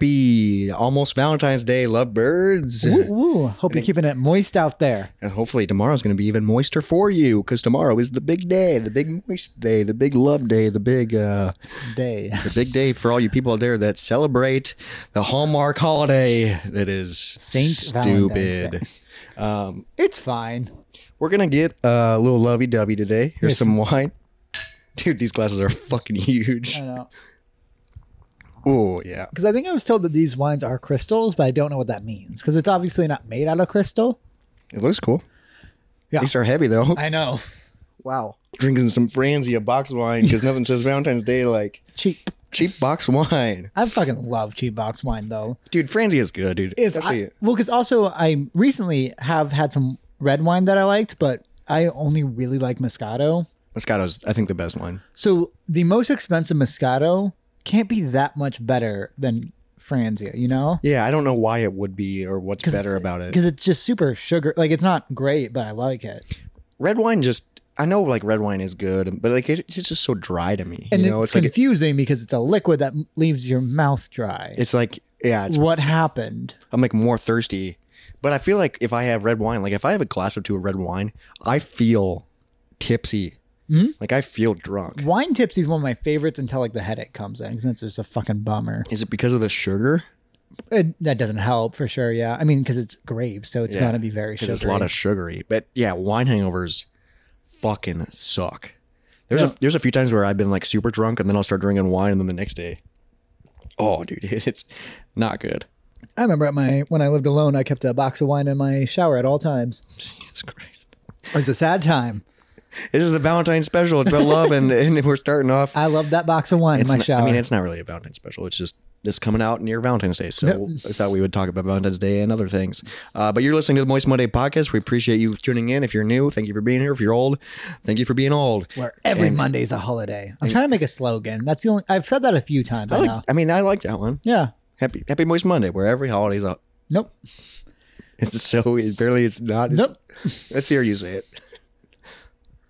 Happy almost Valentine's Day, lovebirds. Woo, woo. Hope you're keeping it moist out there. And hopefully tomorrow's going to be even moister for you because tomorrow is the big day, the big moist day, the big love day, the big uh, Day. the big day for all you people out there that celebrate the Hallmark holiday that is Saint stupid. Um, Valentine's It's fine. We're gonna get uh, a little lovey dovey today. Here's Yes. some wine. Dude, these glasses are fucking huge. I know. Oh yeah. Because I think I was told that these wines are crystals, but I don't know what that means. Because it's obviously not made out of crystal. It looks cool. Yeah. These are heavy though. I know. Wow. Drinking some Franzia box wine because nothing says Valentine's Day like Cheap. cheap box wine. I fucking love cheap box wine though. Dude, Franzia is good, dude. If Especially- I, well, because also I recently have had some red wine that I liked, but I only really like Moscato. Moscato's, I think, the best wine. So the most expensive Moscato can't be that much better than Franzia, you know? Yeah, I don't know why it would be or what's better about it. Because it's just super sugar. Like it's not great, but I like it. Red wine just, I know like red wine is good, but like it, it's just so dry to me. And you know, it's, it's, like, confusing because it's a liquid that m- leaves your mouth dry. it's like, yeah, it's, what happened? I'm like more thirsty. But I feel like if I have red wine, like if I have a glass or two of red wine, I feel tipsy. Like I feel drunk. Wine tipsy is one of my favorites until like the headache comes in because that's just a fucking bummer. Is it because of the sugar? It, that doesn't help for sure. Yeah, I mean because it's grapes, so it's Yeah, gonna be very because sugary. it's a lot of sugary. But yeah, wine hangovers fucking suck. There's a there's a few times where I've been like super drunk and then I'll start drinking wine and then the next day, oh dude, it's not good. I remember at my when I lived alone, I kept a box of wine in my shower at all times. Jesus Christ! It was a sad time. This is the Valentine's special. It's about love and and we're starting off. I loved that box of wine It's in my not- shower. I mean, it's not really a Valentine's special. It's just this coming out near Valentine's Day. So I thought we would talk about Valentine's Day and other things. Uh, but you're listening to the Moist Monday podcast. We appreciate you tuning in. If you're new, thank you for being here. If you're old, thank you for being old. where every Monday's a holiday. I'm trying to make a slogan. That's the only I've said that a few times. I, I, know. like, I mean, I like that one. Yeah. Happy Happy Moist Monday, where every holiday's up. Nope. It's so it barely it's not. It's, Nope. Let's hear you say it.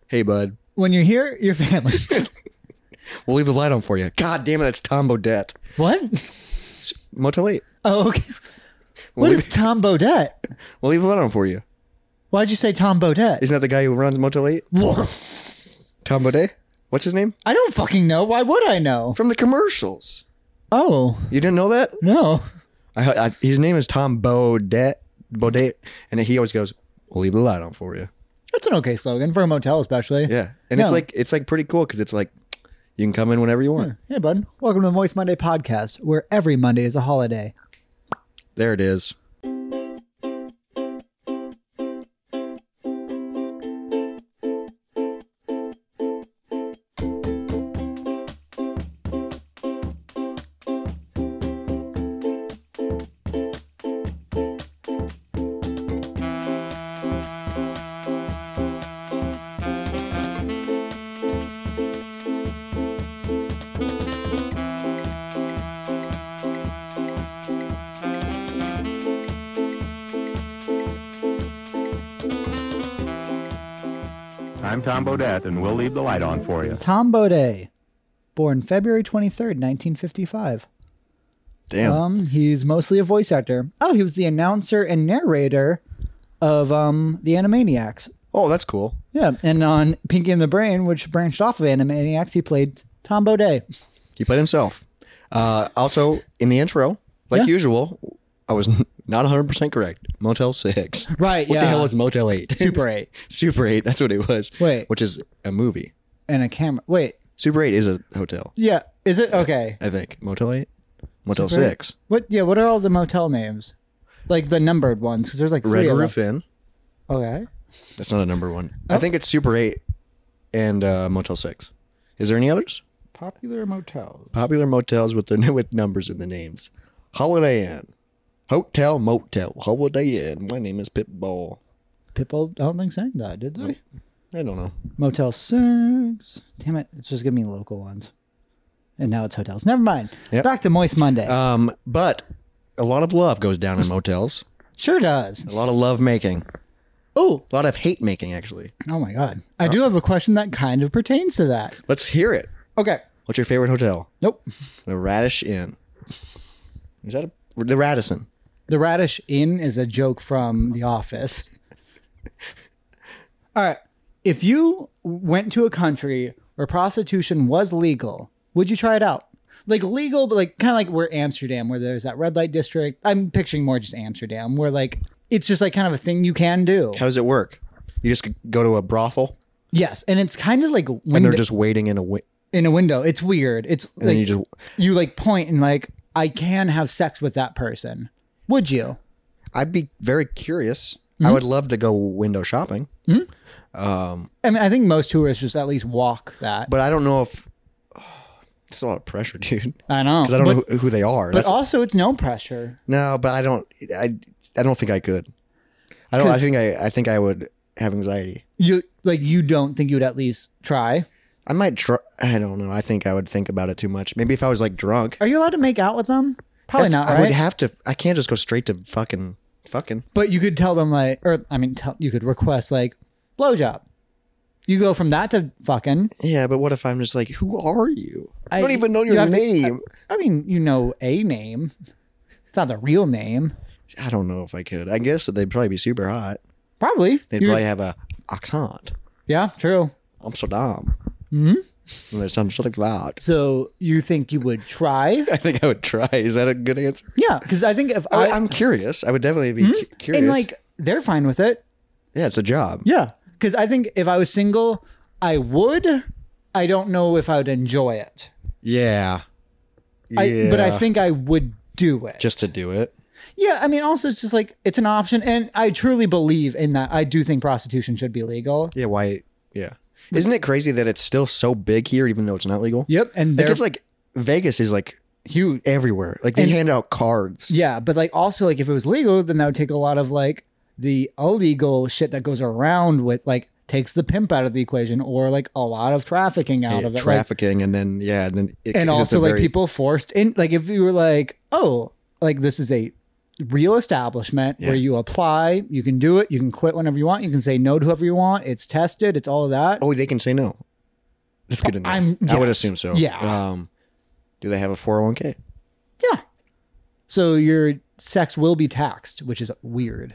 Hey, bud, When you're here, your family. we'll leave the light on for you. God damn it, that's Tom Bodette. what? Motel Eight. Oh, okay. What We'll is leave- Tom Bodette? We'll leave the light on for you. Why'd you say Tom Bodette? Isn't that the guy who runs Motel Eight? Whoa. Tom Bodette. What's his name? I don't fucking know. Why would I know? From the commercials. Oh You didn't know that? no. I, I, his name is Tom Bodette. Bodette, and he always goes, "We'll leave the light on for you." That's an okay slogan for a motel, especially. Yeah, and it's No. like it's like pretty cool because it's like you can come in whenever you want. Hey, bud. Welcome to the Moist Monday podcast, where every Monday is a holiday. There it is. I'm Tom Bodette, and we'll leave the light on for you. Tom Bodette, born February 23rd, 1955. Damn. Um, he's mostly a voice actor. Oh, he was the announcer and narrator of um the Animaniacs. oh, that's cool. Yeah, and on Pinky and the Brain, which branched off of Animaniacs, he played Tom Bodette. He played himself. Uh, also, in the intro, like Yeah. usual, I was not 100% correct. Motel 6. Right, What the yeah. hell is Motel 8? Super Eight Super 8, that's what it was. Wait. Which is a movie. and a camera. Wait, Super 8 is a hotel, yeah, is it okay? I think. Motel 8? Motel Super 6. What? Yeah, what are all the motel names? Like the numbered ones, because there's like three Red of Roof them. Inn. Okay. That's not a number one. Oh. I think it's Super 8 and uh, Motel 6. Is there any others? Popular motels. Popular motels with the with numbers in the names. Holiday Inn. Hotel Motel. Holiday Inn. My name is Pitbull. People don't think sang that, did they? I don't know. Motel Six. Damn it! It's just giving me local ones, and now it's hotels. Never mind. Yep. Back to Moist Monday. Um, but a lot of love goes down in motels. sure does. A lot of love making. Oh, A lot of hate making, actually. oh my God! I do have a question that kind of pertains to that. Let's hear it. Okay. What's your favorite hotel? Nope. The Radish Inn. Is that a, the Radisson? The Radish Inn is a joke from The Office. All right. If you went to a country where prostitution was legal, would you try it out? Like legal, but like kind of like where Amsterdam, where there's that red light district. I'm picturing more just Amsterdam, where like it's just like kind of a thing you can do. How does it work? You just go to a brothel Yes, and it's kind of like and window, they're just waiting in a wi- in a window. It's weird. It's and like then you, you just like point and like I can have sex with that person. Would you? I'd be very curious. Hmm? I would love to go window shopping, I mean, I think most tourists just at least walk that. but I don't know if it's a lot of pressure, dude. I know. Because I don't but, know who, who they are. but That's, also, it's no pressure. no, but I don't. I I don't think I could. I don't. I 'Cause- think I. I think I would have anxiety. You like you don't think you'd at least try. I might try. I don't know. I think I would think about it too much. Maybe if I was like drunk. Are you allowed to make out with them? Probably That's- not, I right? would have to. I can't just go straight to fucking fucking. but you could tell them like, or I mean, tell, you could request like blowjob. You go from that to fucking. Yeah, but what if I'm just like, who are you? I, I- don't even know you your have to- name. I mean, you know a name. It's not the real name. I don't know if I could. I guess that they'd probably be super hot. Probably. They'd You- probably have a accent. yeah, true. Amsterdam. Hmm? Mm-hmm. Or something like that. So you think you would try? I think I would try. Is that a good answer? yeah, because I think if I, I, Oh, I'm curious. I would definitely be cu- curious. Hmm? and like they're fine with it. yeah, it's a job. Yeah, because I think if I was single, I would. I don't know if I would enjoy it. Yeah. I, but I think I would do it. just to do it. yeah, I mean, also it's just like it's an option, and I truly believe in that. I do think prostitution should be legal. Yeah. Why? Yeah. Isn't it crazy that it's still so big here, even though it's not legal? Yep, and Like they're it's like Vegas is like huge. everywhere. Like they And- hand out cards. Yeah, but like also like if it was legal, then that would take a lot of like the illegal shit that goes around with like takes the pimp out of the equation or like a lot of trafficking out of it. like- trafficking and then yeah, and then it, and it's a also like very- people forced in like if you were like, oh, like this is a real establishment where Yeah. you apply, you can do it, you can quit whenever you want, you can say no to whoever you want, it's tested, it's all of that. Oh, they can say no. That's good to know. I'm- I would yes. assume so. Yeah. Um, do they have a 401k? Yeah. So your sex will be taxed, which is weird.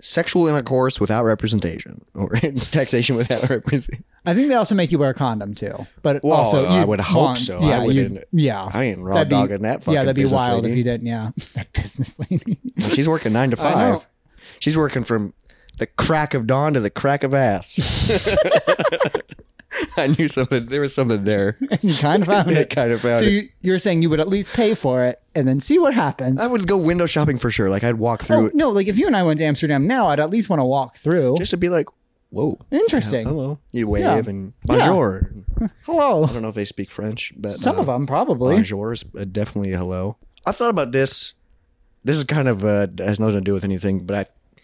Sexual intercourse without representation or taxation without representation. I think they also make you wear a condom too. But Well, also, I you'd would hope want- so. I Yeah, you'd- wouldn't- yeah. I ain't raw That'd be- dogging that fucking Yeah, that'd be business wild if lady. you didn't. Yeah, that business lady. She's working nine to I know. five. She's working from the crack of dawn to the crack of ass. I knew something. There was something there. you kind of found Yeah, it. kind of found so it. You, you're saying you would at least pay for it and then see what happens. I would go window shopping for sure. Like I'd walk through Oh, it no, like if you and I went to Amsterdam now, I'd at least want to walk through. just to be like, "Whoa, Interesting. hello." You wave Yeah. and bonjour. I Hello. don't know if they speak French, but Some uh, of them probably. Bonjour is uh, definitely a hello. I've thought about this. This is kind of uh, has nothing to do with anything, but I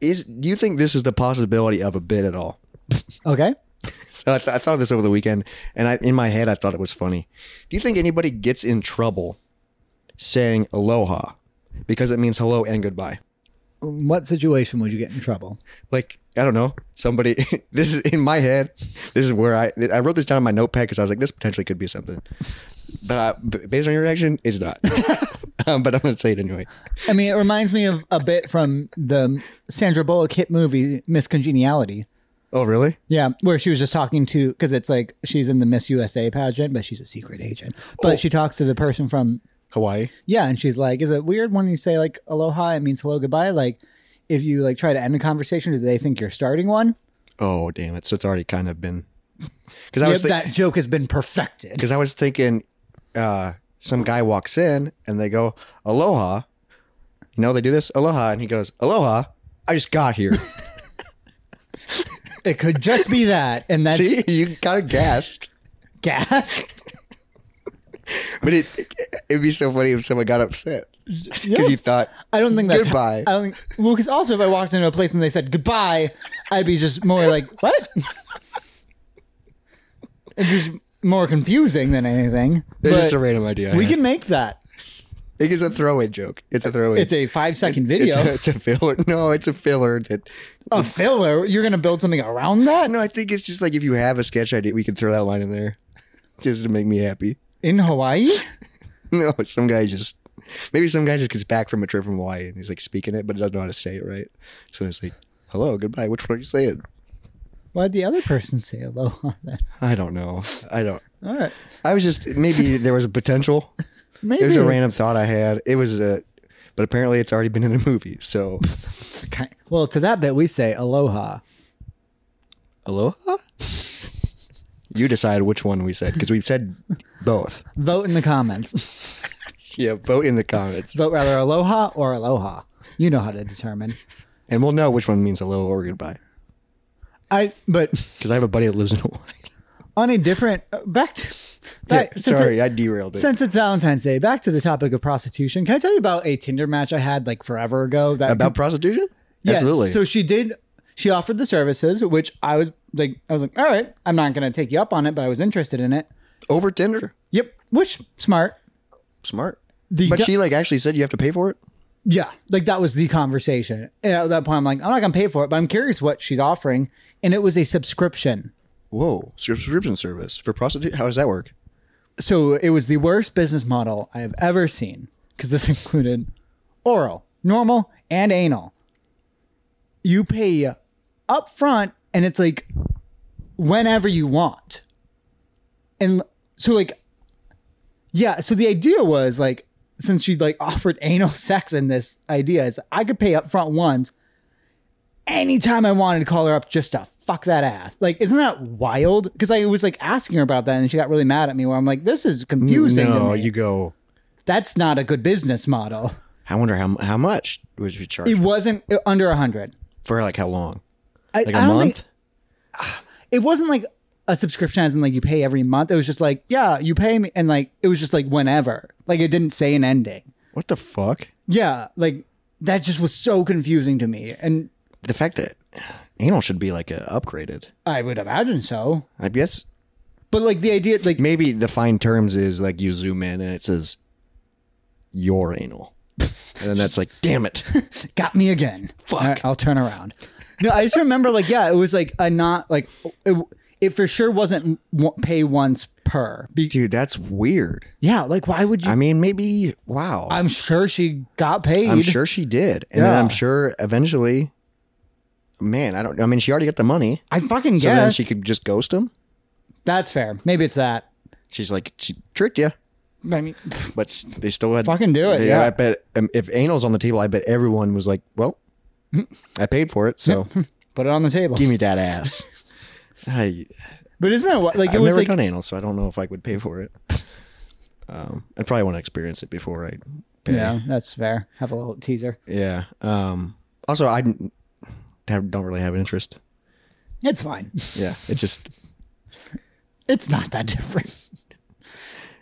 is. Do you think this is the possibility of a bit at all? Okay. So I, th- I thought of this over the weekend, and I, in my head, I thought it was funny. Do you think anybody gets in trouble saying aloha because it means hello and goodbye? What situation would you get in trouble? Like I don't know, somebody. this is in my head. This is where I I wrote this down in my notepad because I was like, this potentially could be something. But I, b- based on your reaction, it's not. um, but I'm gonna say it anyway. I mean, it reminds me of a bit from the Sandra Bullock hit movie Miss Congeniality. Oh really? Yeah, where she was just talking to because it's like she's in the Miss USA pageant, but she's a secret agent. But Oh. she talks to the person from Hawaii. yeah, and she's like, "Is it weird when you say like aloha? It means hello, goodbye. Like, if you like try to end a conversation, do they think you're starting one? Oh damn it! So it's already kind of been because I Yep, was thi- that joke has been perfected. because I was thinking, uh, some guy walks in and they go, "Aloha," you know they do this, "Aloha," and he goes, "Aloha." I just got here. It could just be that, and that's See, you kind of gasped, gas. but it it'd be so funny if someone got upset because you thought, I don't think that's Goodbye. I don't think well, because also if I walked into a place and they said goodbye, I'd be just more like what? It's just more confusing than anything. "It's but- just a random idea." I We had." can make that. It is a throwaway joke. It's a throwaway. It's a five second It's video. a, it's a filler. No, it's a filler that. a filler. You're gonna build something around that No, I think it's just like if you have a sketch idea, we can throw that line in there, just to make me happy. in Hawaii. No, some guy just Maybe some guy just gets back from a trip from Hawaii and he's like speaking it, but doesn't know how to say it right. So it's like, hello, goodbye. Which one are you saying? Why'd the other person say aloha then? I don't know. I don't. All right. I was just maybe there was a potential. Maybe. It was a random thought I had. It was a, but apparently it's already been in a movie. So Ki- Well, to that bit, we say aloha. aloha. You decide which one we said because we said both. Vote in the comments. Yeah, vote in the comments, Vote rather aloha or aloha. You know how to determine. and we'll know which one means hello or goodbye. I but Because I have a buddy that lives in Hawaii. on a different uh, back to back, Yeah, since sorry, it- I derailed it. since it's Valentine's Day, back to the topic of prostitution. Can I tell you about a Tinder match I had like forever ago? That About prostitution? Yeah, Absolutely. So she did. She offered the services, which I was like, I was like, all right, I'm not gonna take you up on it, but I was interested in it. Over Tinder. Yep, which smart. Smart. The but do- she like actually said you have to pay for it. Yeah, like that was the conversation. And at that point, I'm like, I'm not gonna pay for it, but I'm curious what she's offering. And it was a subscription. Whoa, subscription service for prostitute. How does that work? So it was the worst business model I have ever seen because this included oral, normal, and anal. You pay up front and it's like whenever you want. And so, like, yeah, so the idea was like, since she like offered anal sex in this idea, is I could pay up front once anytime I wanted to call her up just to fuck that ass. Like, isn't that wild? Because I was like asking her about that and she got really mad at me where I'm like, this is confusing no, to me. you go. That's not a good business model. I wonder how how much would you charge It wasn't uh, under 100. for like how long? I, Like a I don't month? think it wasn't like a subscription as in like you pay every month. It was just like, yeah, you pay me and like it was just like whenever. Like it didn't say an ending. what the fuck? Yeah, like that just was so confusing to me. And The fact that anal should be like a upgraded. I would imagine so. I guess But like the idea like maybe the fine terms is like you zoom in and it says your anal, and then that's like damn it. got me again. Fuck. I'll turn around. No, I just remember like yeah, it was like a not like it, it for sure wasn't w- pay once per. Be- Dude, that's weird. yeah, like why would you I mean, maybe wow. I'm sure she got paid. I'm sure she did. And then Yeah. I'm sure eventually, man, I don't I mean, she already got the money. I fucking So then guess. she could just ghost him. That's fair. Maybe it's that. She's like, she tricked you, I mean, but s- they still had. Fucking do it, they- yeah. I bet um, if anal's on the table, I bet everyone was like, well, I paid for it. So put it on the table. give me that ass. I, But isn't that what? Like it I've was never like done anal, so I don't know if I would pay for it. Um, I probably want to experience it before I pay. yeah, that's fair. Have a little teaser. Yeah. Um, also, I didn't- have- don't really have an interest. It's fine. Yeah. It just, It's not that different.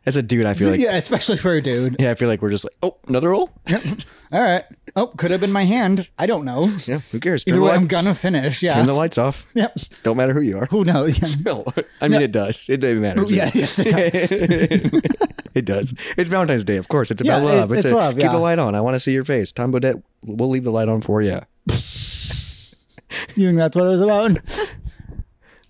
as a dude, I feel like yeah, especially for a dude. Yeah, I feel like we're just like, oh, another roll. All right. Oh, could have been my hand. I don't know. Yeah, who cares? Turn Either the, way, light- I'm gonna finish. Yeah. turn the lights off. Yep. Don't matter who you are. Who knows? Yeah. No, I mean it does. It, it matters. Yeah, yes, it does. it does. It's Valentine's Day, of course. It's about Yeah, love. it's- It's, it's a- love, Keep yeah. the light on. I want to see your face, Tom Baudet. We'll leave the light on for you. You think that's what it was about?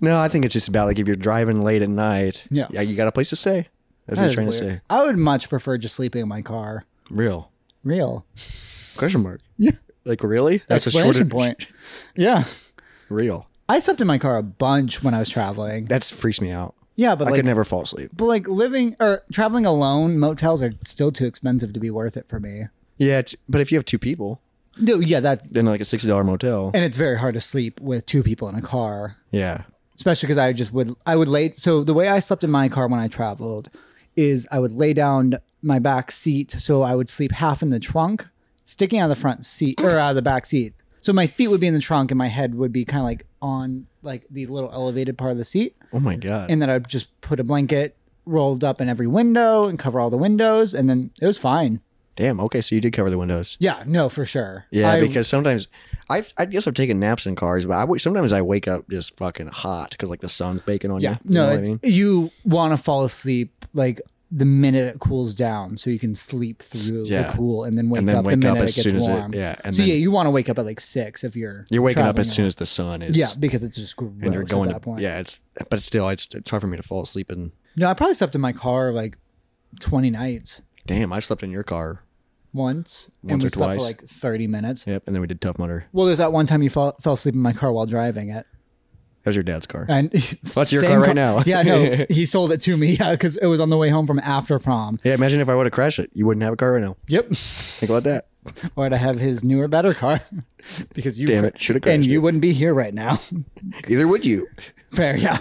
No, I think it's just about like if you're driving late at night. Yeah. you got a place to stay. That's what That you're is trying to weird. say. I would much prefer just sleeping in my car. Real Real. question mark. Yeah. Like really? That's a shorter Explanation point. Yeah. Real. I slept in my car a bunch when I was traveling. That freaks me out. Yeah, but I like could never fall asleep. But like living or traveling alone, motels are still too expensive to be worth it for me. Yeah, it's but if you have two people, No, yeah, that then like a sixty dollar motel. and it's very hard to sleep with two people in a car, yeah. especially because I just would I would lay. So the way I slept in my car when I traveled is I would lay down my back seat, so I would sleep half in the trunk, sticking out of the front seat or out of the back seat. So my feet would be in the trunk and my head would be kind of like on like the little elevated part of the seat. Oh my god. and then I'd just put a blanket rolled up in every window and cover all the windows, and then it was fine. Damn. Okay, so you did cover the windows. Yeah, no, for sure. Yeah, I- because sometimes I I guess I've taken naps in cars, but I w- sometimes I wake up just fucking hot because like the sun's baking on yeah, you. You no, know what I it- mean? you want to fall asleep like the minute it cools down, so you can sleep through Yeah. the cool, and then wake And then up wake the up minute as it gets soon as it- warm. yeah, and so then- yeah, you want to wake up at like six if you're You're waking up traveling as soon as the sun is. around. yeah, because it's just gross and you're going. at that to, point. Yeah, it's but still it's it's hard for me to fall asleep and no, I probably slept in my car like twenty nights. damn I've slept in your car once, and Once we or slept twice. for like thirty minutes. Yep. And then we did Tough Mudder. Well, there's that one time you fall, fell asleep in my car while driving it. That was your dad's car. And your same car right now. yeah, no, he sold it to me. Yeah, because it was on the way home from after prom. yeah. Imagine if I would have crashed it. You wouldn't have a car right now. Yep. Think about that. Or to have his newer, better car, because you Damn it. Should have crashed and you it. wouldn't be here right now. Either would you. Fair, yeah.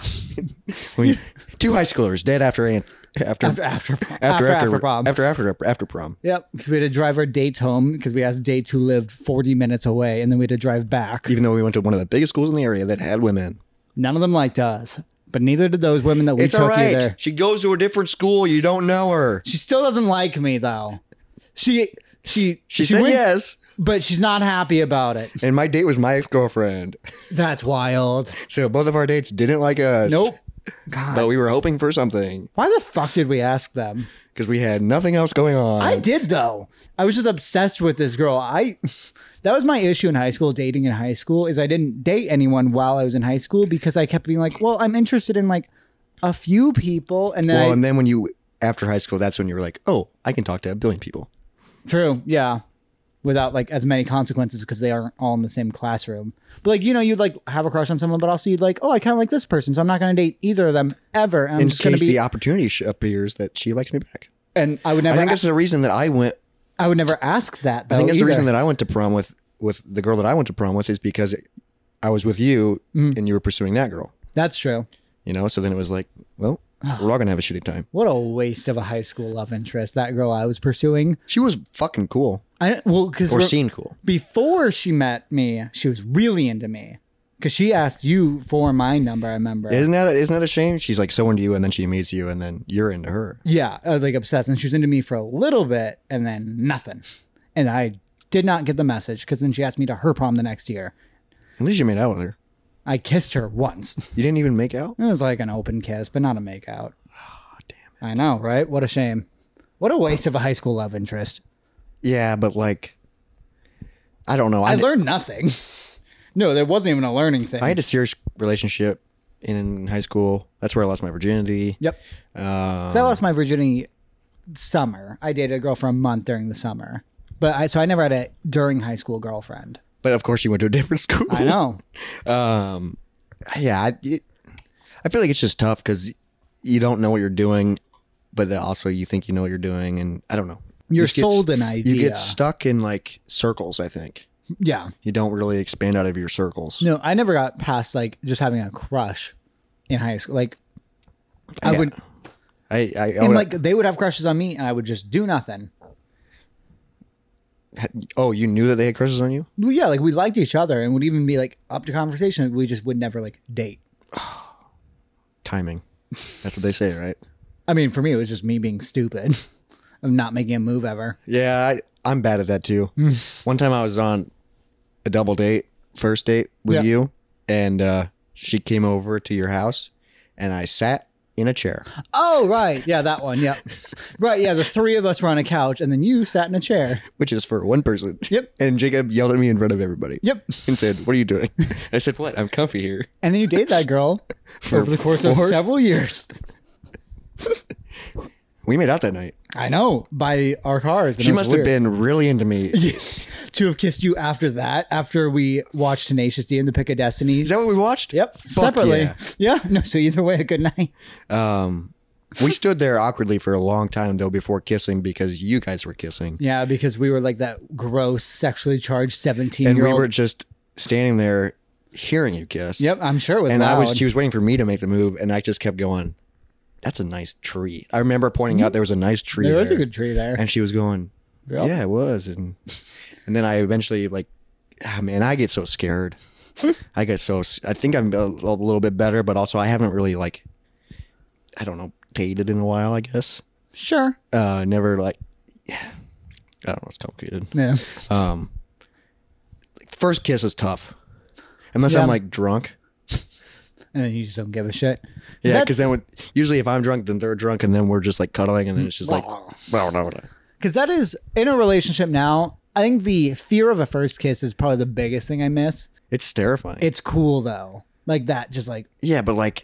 I mean, two high schoolers dead after and after After after prom. after after prom. after after after prom. Yep, because we had to drive our dates home because we asked date who lived 40 minutes away, and then we had to drive back. Even though we went to one of the biggest schools in the area that had women. None None of them liked us, but neither did those women that we It's all took right. either. She goes to a different school. You don't know her. She still doesn't like me though. She she She, said went- yes, but she's not happy about it. and my date was my ex girlfriend. That's wild. So both of our dates didn't like us. Nope. God, But we were hoping for something why the fuck did we ask them? because we had nothing else going on. I did though. I was just obsessed with this girl. I that was my issue in high school, dating in high school, is I didn't date anyone while I was in high school because I kept being like, well, I'm interested in like a few people, and then well, I, and then when you after high school, that's when you were like, oh, I can talk to a billion people. True. Yeah. Without like as many consequences because they aren't all in the same classroom. But like you know, you'd like have a crush on someone, but also you'd like, oh, I kind of like this person, so I'm not going to date either of them ever. And I'm In just going case to be. the opportunity sh- appears that she likes me back. and I would I never. think a- that's the reason that I went. I would never ask that. Though, I think that's the Oh, either. reason that I went to prom with with the girl that I went to prom with is because I was with you Mm. and you were pursuing that girl. that's true. You know, so then it was like, well, we're all gonna have a shitty time. What a waste of a high school love interest. That girl I was pursuing. She was fucking cool I well because or seen cool. before she met me, she was really into me because she asked you for my number. I remember. Isn't that isn't that a shame? She's like so into you, and then she meets you, and then you're into her. Yeah, I was like obsessed, and she was into me for a little bit, and then nothing. And I did not get the message because then she asked me to her prom the next year. At least you made out with her. I kissed her once. You didn't even make out. It was like an open kiss, but not a make out. Oh, damn I know, right? What a shame. What a waste of a high school love interest. Yeah, but like, I don't know. I, I I, learned nothing. no, there wasn't even a learning thing. had a serious relationship in high school. That's where I lost my virginity. yep. 'Cause I lost my virginity summer. I dated a girl for a month during the summer. But I so I never had a during high school girlfriend. But of course, you went to a different school. I know. Um, yeah, I, it, I feel like it's just tough because you don't know what you're doing, but then also you think you know what you're doing, and I don't know. You're You get- sold an You idea. get stuck in like circles. I think Yeah. you don't really expand out of your circles. No, I never got past like just having a crush in high school. Like I Yeah. would I, I, I and would- like they would have crushes on me and I would just do nothing. oh, you knew that they had crushes on you. Well, yeah, like we liked each other and would even be like up to conversation. We just would never like date. Timing. That's what they say, right? I mean, for me it was just me being stupid of not making a move ever. Yeah, I, I'm bad at that too. Hmm. One time I was on a double date, first date with Yeah. you, and uh, she came over to your house, and I sat in a chair. Oh right. Yeah, that one. Yep. right, yeah. The three of us were on a couch and then you sat in a chair. which is for one person. Yep. And Jacob yelled at me in front of everybody. Yep. And said, "What are you doing?" I said, "What? I'm comfy here." And then you date that girl For over the course of four- several years. We made out that night. I know. By our cars. and She it was must weird. have been really into me. Yes. To have kissed you after that, after we watched Tenacious D and the Pick of Destiny. Is that what we watched? yep. Fuck Separately. Yeah. No, so either way, a good night. yeah. Um, we stood there awkwardly for a long time though before kissing because you guys were kissing, Yeah, because we were like that gross, sexually charged 17 and year we old. were just standing there hearing you kiss. yep, I'm sure it was And loud. I was she was waiting for me to make the move, and I just kept going. That's a nice tree. I remember pointing out there was a nice tree. Mm-hmm. there was a there. good tree there. and she was going, Yep. "Yeah, it was." And and then I eventually like, ah, man, I get so scared. Hmm. I get so. s- I think I'm a, a little bit better, but also I haven't really like, I don't know, dated in a while. I guess Sure. uh, never like, I don't know. It's complicated. Yeah. Um, first kiss is tough, unless Yeah. I'm like drunk. And then you just don't give a shit. Yeah, because That's- then with, usually if I'm drunk, then they're drunk, and then we're just like cuddling, and then it's just like, well, no, no. Because that is in a relationship now. I think the fear of a first kiss is probably the biggest thing I miss. it's terrifying. It's cool though. Like that, just like, Yeah, but like,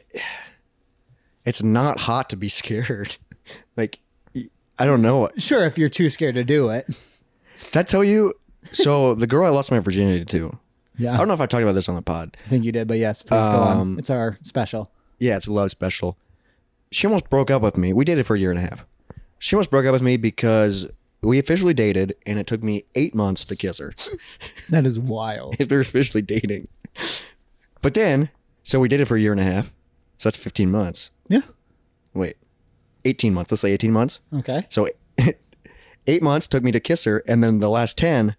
it's not hot to be scared. like, I don't know. sure, if you're too scared to do it. Did I tell you? So the girl I lost my virginity to. Yeah. I don't know if I talked about this on the pod. I think you did, but yes, please go on. Um, It's our special. Yeah, it's a love special. She almost broke up with me. We dated for a year and a half. She almost broke up with me because we officially dated, and it took me eight months to kiss her. That is wild. if they're officially dating. But then, so we did it for a year and a half. So that's 15 months. Yeah. Wait, 18 months. Let's say 18 months. Okay. So eight months took me to kiss her, and then the last 10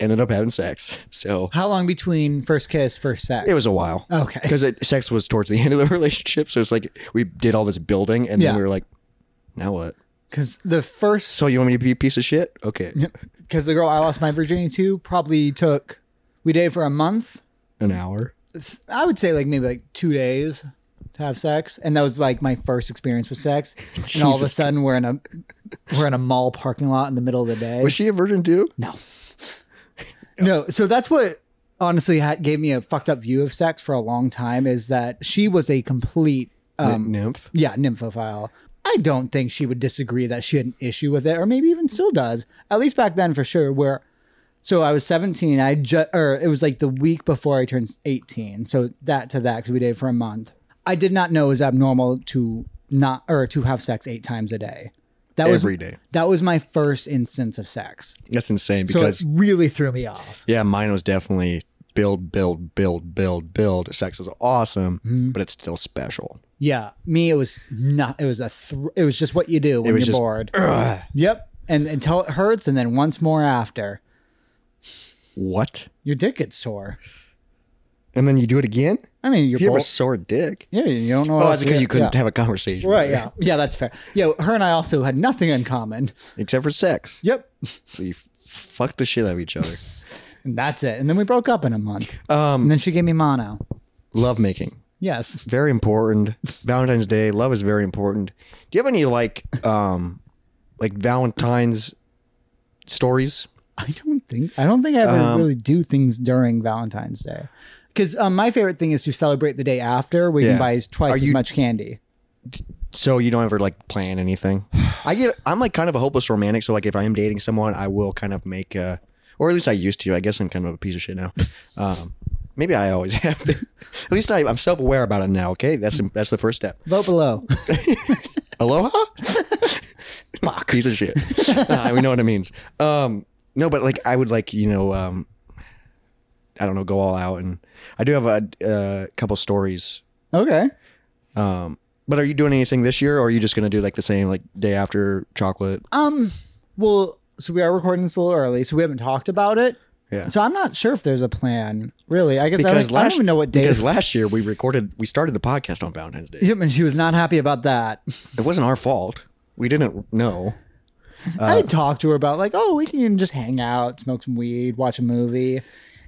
ended up having sex. So How long between first kiss, first sex? it was a while. okay. Because sex was towards the end of the relationship. So it's like we did all this building, and Yeah. then we were like, now what? Because the first, So you want me to be a piece of shit? Okay. because the girl I lost my virginity to probably took, we dated for a month. An hour. I would say like maybe like two days to have sex, and that was like my first experience with sex. And all of a Jesus. sudden, we're in a we're in a mall parking lot in the middle of the day. Was she a virgin too? no, no. So that's what honestly ha- gave me a fucked up view of sex for a long time. Is that she was a complete um, Nymph. yeah nymphophile. I don't think she would disagree that she had an issue with it, or maybe even still does. At least back then, for sure. Where so I was 17. I just, or it was like the week before I turned 18. So that to that, because we dated for a month. I did not know it was abnormal to not, or to have sex eight times a day. That was Every day. That was my first instance of sex. That's insane So because it really threw me off. Yeah, mine was definitely build, build, build, build, build. Sex is awesome, Mm-hmm. but it's still special. Yeah. Me, it was not, it was a, thr it was just what you do when was you're just, bored. Yep. And until it hurts, and then once more after, What? your dick gets sore. And then you do it again? I mean, you're You have a bold. sore dick. Yeah, you don't know. what Oh, else that's to because do. you couldn't Yeah. have a conversation. Right. Yeah. Yeah, that's fair. Yeah. Her and I also had nothing in common. Except for sex. Yep. So you f- fuck the shit out of each other. And that's it. And then we broke up in a month. Um, And then she gave me mono. love making. Yes. Very important. Valentine's Day. Love is very important. Do you have any like um like Valentine's stories? I don't think I don't think I ever Um, really do things during Valentine's Day. Because um, my favorite thing is to celebrate the day after where you Yeah. can buy twice Are as you- much candy. So you don't ever like plan anything. I get I'm like kind of a hopeless romantic, so like if I am dating someone, I will kind of make a or at least I used to. I guess I'm kind of a piece of shit now. Um maybe I always have been. at least I, I'm self aware about it now, okay? That's that's the first step. Vote below. Aloha? Fuck. Piece of shit. Uh, we know what it means. Um no, but like I would like, you know, um I don't know, go all out and I do have a, a couple stories Okay. Um, but are you doing anything this year, or are you just gonna do like the same like day after chocolate? Um well so we are recording this a little early, so we haven't talked about it. Yeah. So I'm not sure if there's a plan, really. I guess I don't, I don't even know what day Because last year we recorded, we started the podcast on Valentine's Day. Yep, and she was not happy about that. It wasn't our fault. We didn't know. Uh, I had talked to her about like, oh, we can just hang out, smoke some weed, watch a movie.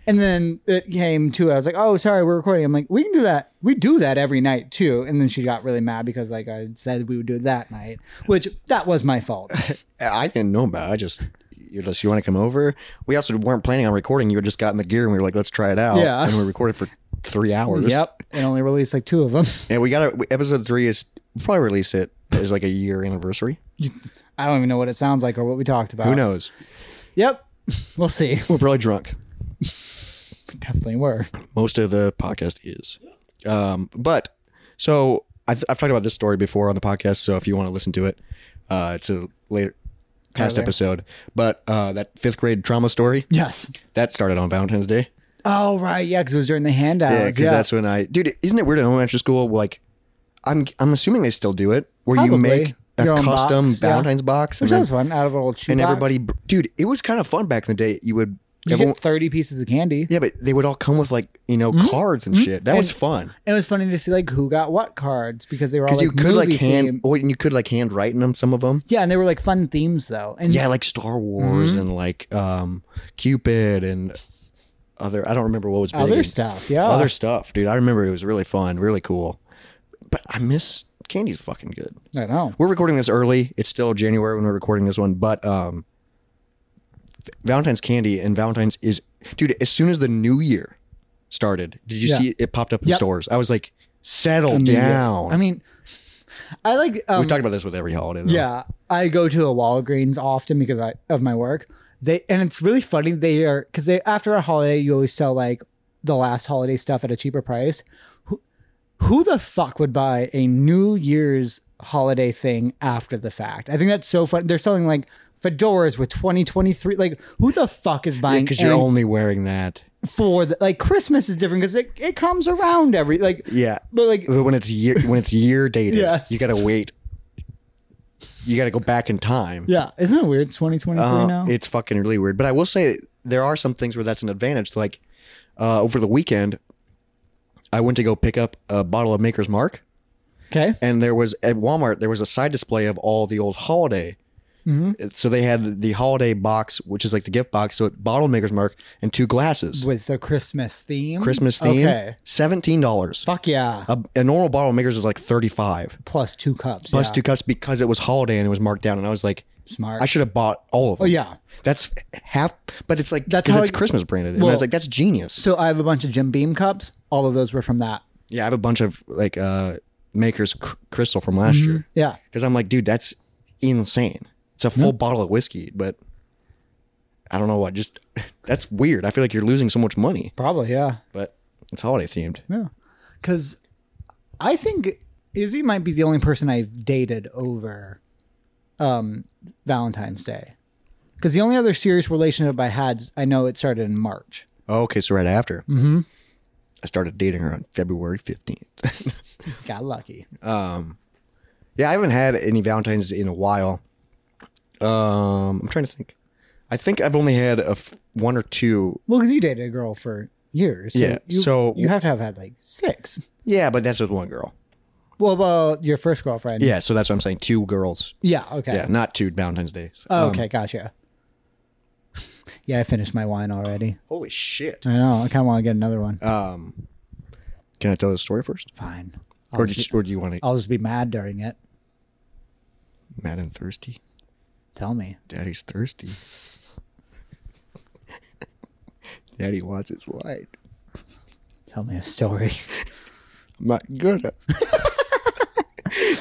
And then it came to I was like, oh, sorry, we're recording. I'm like, we can do that. We do that every night too. And then she got really mad because like I said we would do it that night, which that was my fault. I didn't know about. it. I just. You're just, you want to come over? We also weren't planning on recording. You had just gotten the gear and we were like, let's try it out. Yeah. And we recorded for three hours. yep, and only released like two of them. And we got a, episode three is, we'll probably release it as like a year anniversary. I don't even know what it sounds like or what we talked about. Who knows? Yep, we'll see. Uh, We're probably drunk. We definitely were. most of the podcast is. Um, but so I've, I've talked about this story before on the podcast. So if you want to listen to it, uh, it's a later past Earlier. episode. But uh, that fifth grade trauma story Yes. that started on Valentine's Day. Oh right, yeah, because it was during the handouts. Yeah, Uh, Yeah, because that's when I, dude, isn't it weird in elementary school? Like, I'm I'm assuming they still do it where Probably. you make a Your own custom box, yeah. Valentine's box, and, which then- was fun out of an old shoebox. and everybody, dude, it was kind of fun back in the day. You would. you everyone- get thirty pieces of candy. yeah, but they would all come with like you know cards and shit. That was fun. Mm-hmm. And it was funny to see like who got what cards because they were all Because like you could like movie Mm-hmm. hand, theme- oh, and you could like hand write in them some of them. Yeah, and they were like fun themes though. And Yeah, like Star Wars Mm-hmm. and like um Cupid and other. I don't remember what was big other and- stuff. Yeah. Other stuff, dude. I remember it was really fun, really cool. But I miss candy's fucking good. I know. We're recording this early. It's still January when we're recording this one, but um Valentine's candy and Valentine's is dude. As soon as the new year started, did you Yeah. see it, it popped up in Yep. stores? I was like, settle Immediate. down. I mean I like um, we talked about this with every holiday. Though. yeah, I go to a Walgreens often because I of my work. They and it's really funny they are because they after a holiday you always sell like the last holiday stuff at a cheaper price. Who, who the fuck would buy a New Year's holiday thing after the fact? I think that's so fun. They're selling like fedoras with 2023. Like who the fuck is buying? because you're and only wearing that. for the, like Christmas is different because it, it comes around every like Yeah, but like but when it's year when it's year dated, Yeah. you gotta wait. You gotta go back in time. yeah isn't it weird? 2023 Uh, now. It's fucking really weird. But I will say there are some things where that's an advantage. Like uh, over the weekend, I went to go pick up a bottle of Maker's Mark, okay. and there was at Walmart there was a side display of all the old holiday. Mm-hmm. Uh, So they had the holiday box, which is like the gift box. So it bottle Maker's Mark and two glasses, With the Christmas theme. Christmas theme, Uh, Okay. seventeen dollars. Fuck yeah. A, a normal bottle of Maker's is like thirty five. Plus two cups. Plus yeah. two cups because it was holiday and it was marked down, and I was like, Smart. I should have bought all of them. Oh yeah. That's half, but it's like That's because how it's I- Christmas branded, and I Well- was like, that's genius. So I have a bunch of Jim Beam cups. All of those were from that. Yeah, I have a bunch of like uh Maker's cr- Crystal from last Mm-hmm. year Yeah. because I'm like, dude, that's insane. It's a full bottle of whiskey, but I don't know what. Just that's weird. I feel like you're losing so much money, Probably. Yeah. but it's holiday themed. Yeah. Because I think Izzy might be the only person I've dated over um, Valentine's Day. Because the only other serious relationship I had, I know it started in March. Oh, okay, so right after, mm-hmm. I started dating her on February fifteenth. Got lucky. yeah, I haven't had any Valentines in a while. Um, I'm trying to think. I think I've only had a f- one or two Well, because you dated a girl for years. So Yeah, You, so- you have to have had like six. Yeah, but that's with one girl. Well, about your first girlfriend. Yeah, so that's what I'm saying. Two girls. Yeah. Okay. Yeah, Uh, not two Valentine's Day. Oh, okay, gotcha. Yeah, I finished my wine already. Holy shit. I know. I kind of want to get another one. Um, can I tell the story first, Fine. I'll, or do, just you, be, or do you want to I'll just be mad during it. mad and thirsty? Tell me. Daddy's thirsty. Daddy wants his wine. Tell me a story. I'm not good. at-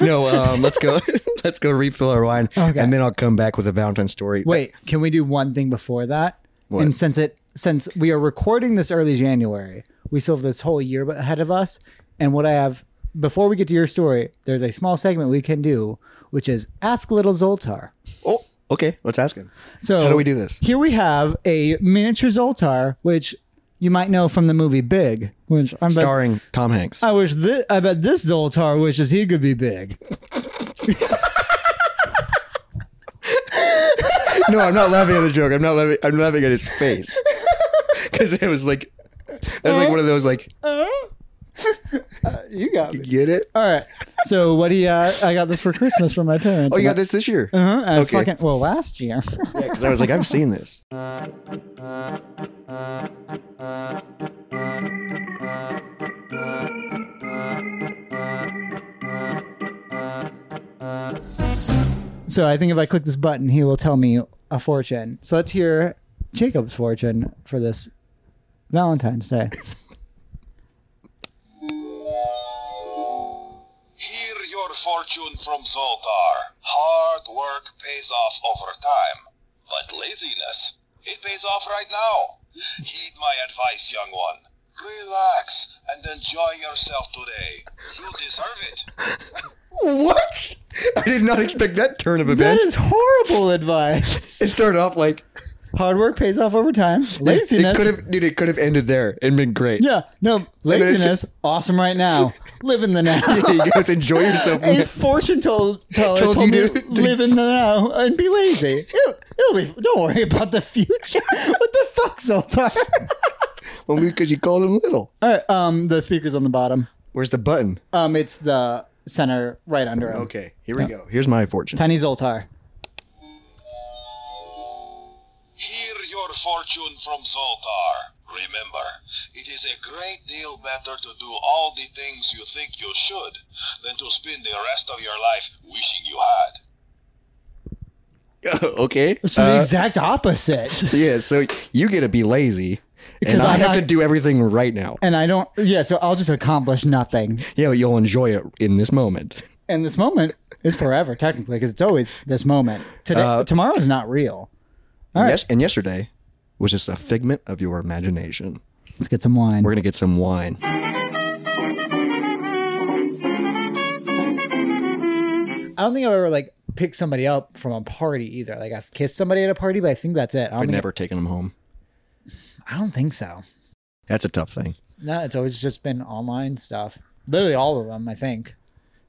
no, um, let's go. let's go refill our wine, Okay. and then I'll come back with a Valentine story. Wait, can we do one thing before that? What? And since it since we are recording this early January, we still have this whole year ahead of us. And what I have before we get to your story, there's a small segment we can do, which is ask little Zoltar. Oh, okay. Let's ask him. So How do we do this? Here we have a miniature Zoltar, which you might know from the movie Big, which I'm bet- Starring Tom Hanks. I wish this, I bet this Zoltar wishes he could be big. No, I'm not laughing at the joke. I'm not laughing. I'm laughing at his face because it was like that was like one of those like Uh-huh. You got me. get it. All right. So what do you? Uh, I got this for Christmas from my parents. Oh, you got this this year. Uh-huh, I Okay. fucking well last year. Because I was like, I've seen this. so I think if I click this button, he will tell me a fortune. So let's hear Jacob's fortune for this Valentine's Day. Hear your fortune from Zoltar. Hard work pays off over time, but laziness, it pays off right now. Heed my advice, young one. Relax and enjoy yourself today. You deserve it. What? I did not expect that turn of that events. is horrible advice. it started off like Hard work pays off over time. It Laziness. could have, dude. It could have ended there and been great. yeah. No. it's- Laziness. Awesome right now. Live in the now. He goes, enjoy yourself. A fortune told, teller Told told, you me to- to live in the now and be lazy. It'll, it'll be. Don't worry about the future. what the fuck, Zoltar? well, because you called him little. All right. Um, the speaker's on the bottom. Where's the button? Um, it's the center right under him. Okay, here we go. Here's my fortune. Tiny Zoltar. Hear your fortune from Zoltar. Remember, it is a great deal better to do all the things you think you should than to spend the rest of your life wishing you had. okay. uh, It's the exact opposite. yeah. So you get to be lazy, Because and I I'm have not- to do everything right now. And I don't. Yeah. So I'll just accomplish nothing. Yeah, but you'll enjoy it in this moment. And this moment is forever, technically, because it's always this moment. Today, tomorrow's not real. All Uh, right. Yes, and yesterday was just a figment of your imagination. Let's get some wine. We're gonna get some wine. I don't think I've ever like picked somebody up from a party either. Like I've kissed somebody at a party, but I think that's it. I I've don't, think, never taken them home. I don't think so. That's a tough thing. No, it's always just been online stuff. Literally all of them, I think.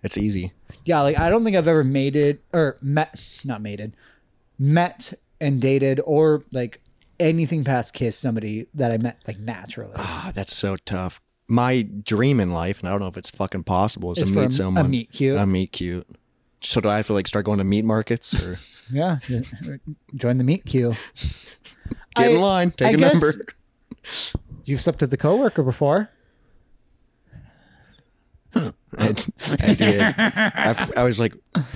It's easy. Yeah, like I don't think I've ever mated or met, not mated, met and dated or like anything past kiss somebody that I met like naturally. Ah, that's so tough. My dream in life, and I don't know if it's fucking possible, is It's to for a- meet a someone. meet cute. A meet cute. So do I have to like start going to meat markets or yeah, join the meet queue. get in I- line, take I a guess- number? You've slept with a coworker before. I, I did. I, I was like,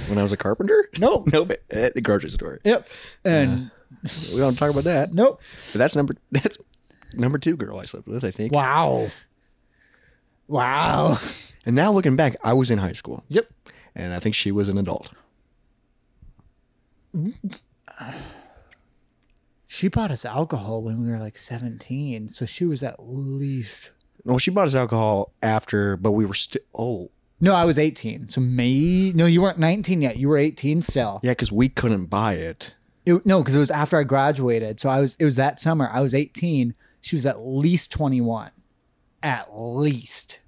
when I was a carpenter? Nope. No, but at the grocery store. Yep. And We don't talk about that. nope. But that's number that's number two girl I slept with, I think. Wow. Wow. And now looking back, I was in high school, Yep. and I think she was an adult. She bought us alcohol when we were like 17. So she was at least. Well, she bought us alcohol after, but we were still. Oh, No, I was 18. So May. No, you weren't 19 yet. You were 18 still. yeah, because we couldn't buy it. It- no, because it was after I graduated. So I was, it was that summer. I was 18. She was at least 21. At least.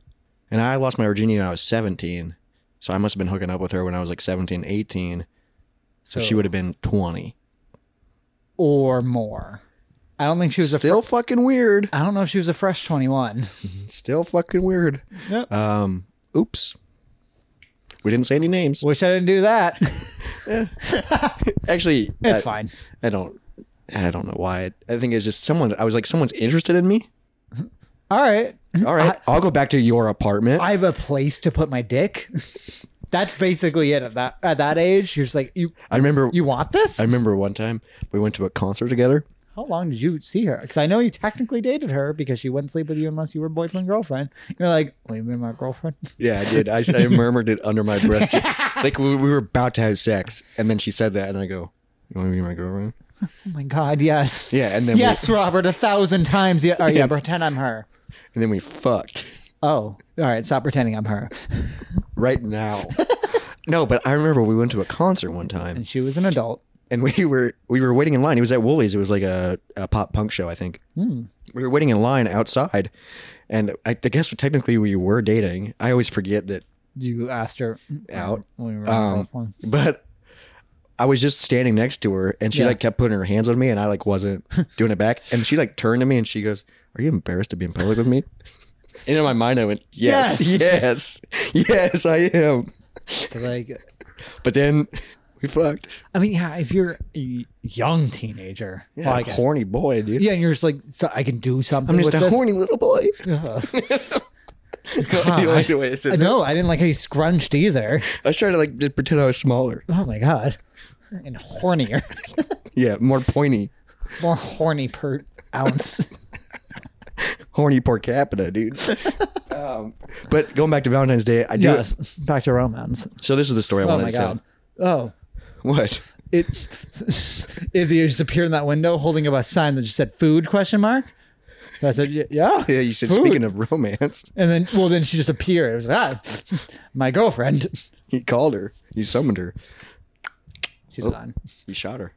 And I lost my virginity when I was 17. So I must have been hooking up with her when I was like 17, 18. So, Oh. she would have been 20. Or more. I don't think she was a. Still fucking weird. I don't know if she was a fresh 21. Still fucking weird. Yep. Um, oops. We didn't say any names. Wish I didn't do that. Actually, It's I- fine. I don't. I don't know why. I think it's just someone. I was like, someone's interested in me. All right. All right, I, will go back to your apartment. I have a place to put my dick. That's basically it at that at that age. You're just like you I remember. you want this? I remember one time we went to a concert together. How long did you see her? Because I know you technically dated her because she wouldn't sleep with you unless you were boyfriend girlfriend. You're like, wait, you mean my girlfriend? Yeah, I did. I, I murmured it under my breath, like we, we were about to have sex, and then she said that, and I go, "You want to be my girlfriend?" Oh my god, yes, Yeah, and then we- yes, Robert, a thousand times. Yeah, or, yeah, pretend I'm her. And then we fucked Oh, all right, stop pretending I'm her. right now. no, but I remember we went to a concert one time, And she was an adult. and we were we were waiting in line. It was at Woolies. It was like a, a pop punk show, I think. We were waiting in line outside, and I, I guess technically we were dating. I always forget that You asked her out. when we were Um, girlfriend. but I was just standing next to her and she Yeah. like kept putting her hands on me and I like wasn't doing it back. And she like turned to me and she goes, Are you embarrassed to be in public with me? And in my mind I went, Yes, yes, yes, I am. Like, But then we fucked. I mean, yeah, if you're a young teenager, Yeah, well, I guess- horny boy, dude. Yeah, and you're just like, so I can do something. I'm just a with this. horny little boy. Ugh. You like the way I said that? no, I didn't like how you scrunched either. I was trying to like just pretend I was smaller. Oh my god, and hornier, Yeah, more pointy. more horny per ounce. Horny per capita, dude. um, but going back to Valentine's Day, I do. yes, back to romance. So this is the story I Oh wanted my to god. tell. Oh, What? it Izzy just appeared in that window holding up a sign that just said "food?" question mark. So I said, "Y- "Yeah." Yeah, you said. food." Speaking of romance, And then, well, then she just appeared. It was ah, my girlfriend. he called her. He summoned her. She's gone. He shot her.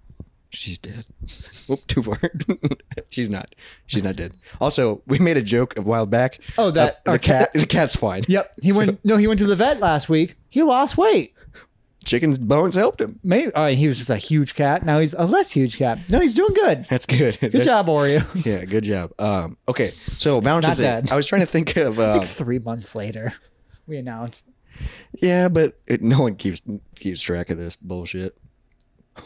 She's dead. Whoop, too far. She's not. She's not dead. Also, we made a joke a while back. Oh, that- uh, our the cat. cat- The cat's fine. Yep. He So, went. No, he went to the vet last week. He lost weight. Chicken's bones helped him. Maybe uh, he was just a huge cat. Now he's a less huge cat. No, he's doing good. That's good. Good job, Oreo. Yeah, good job. Um, okay, so Valentine's Not Day. dead. I was trying to think of. Um, like three months later, we announced. yeah, but it, no one keeps keeps track of this bullshit.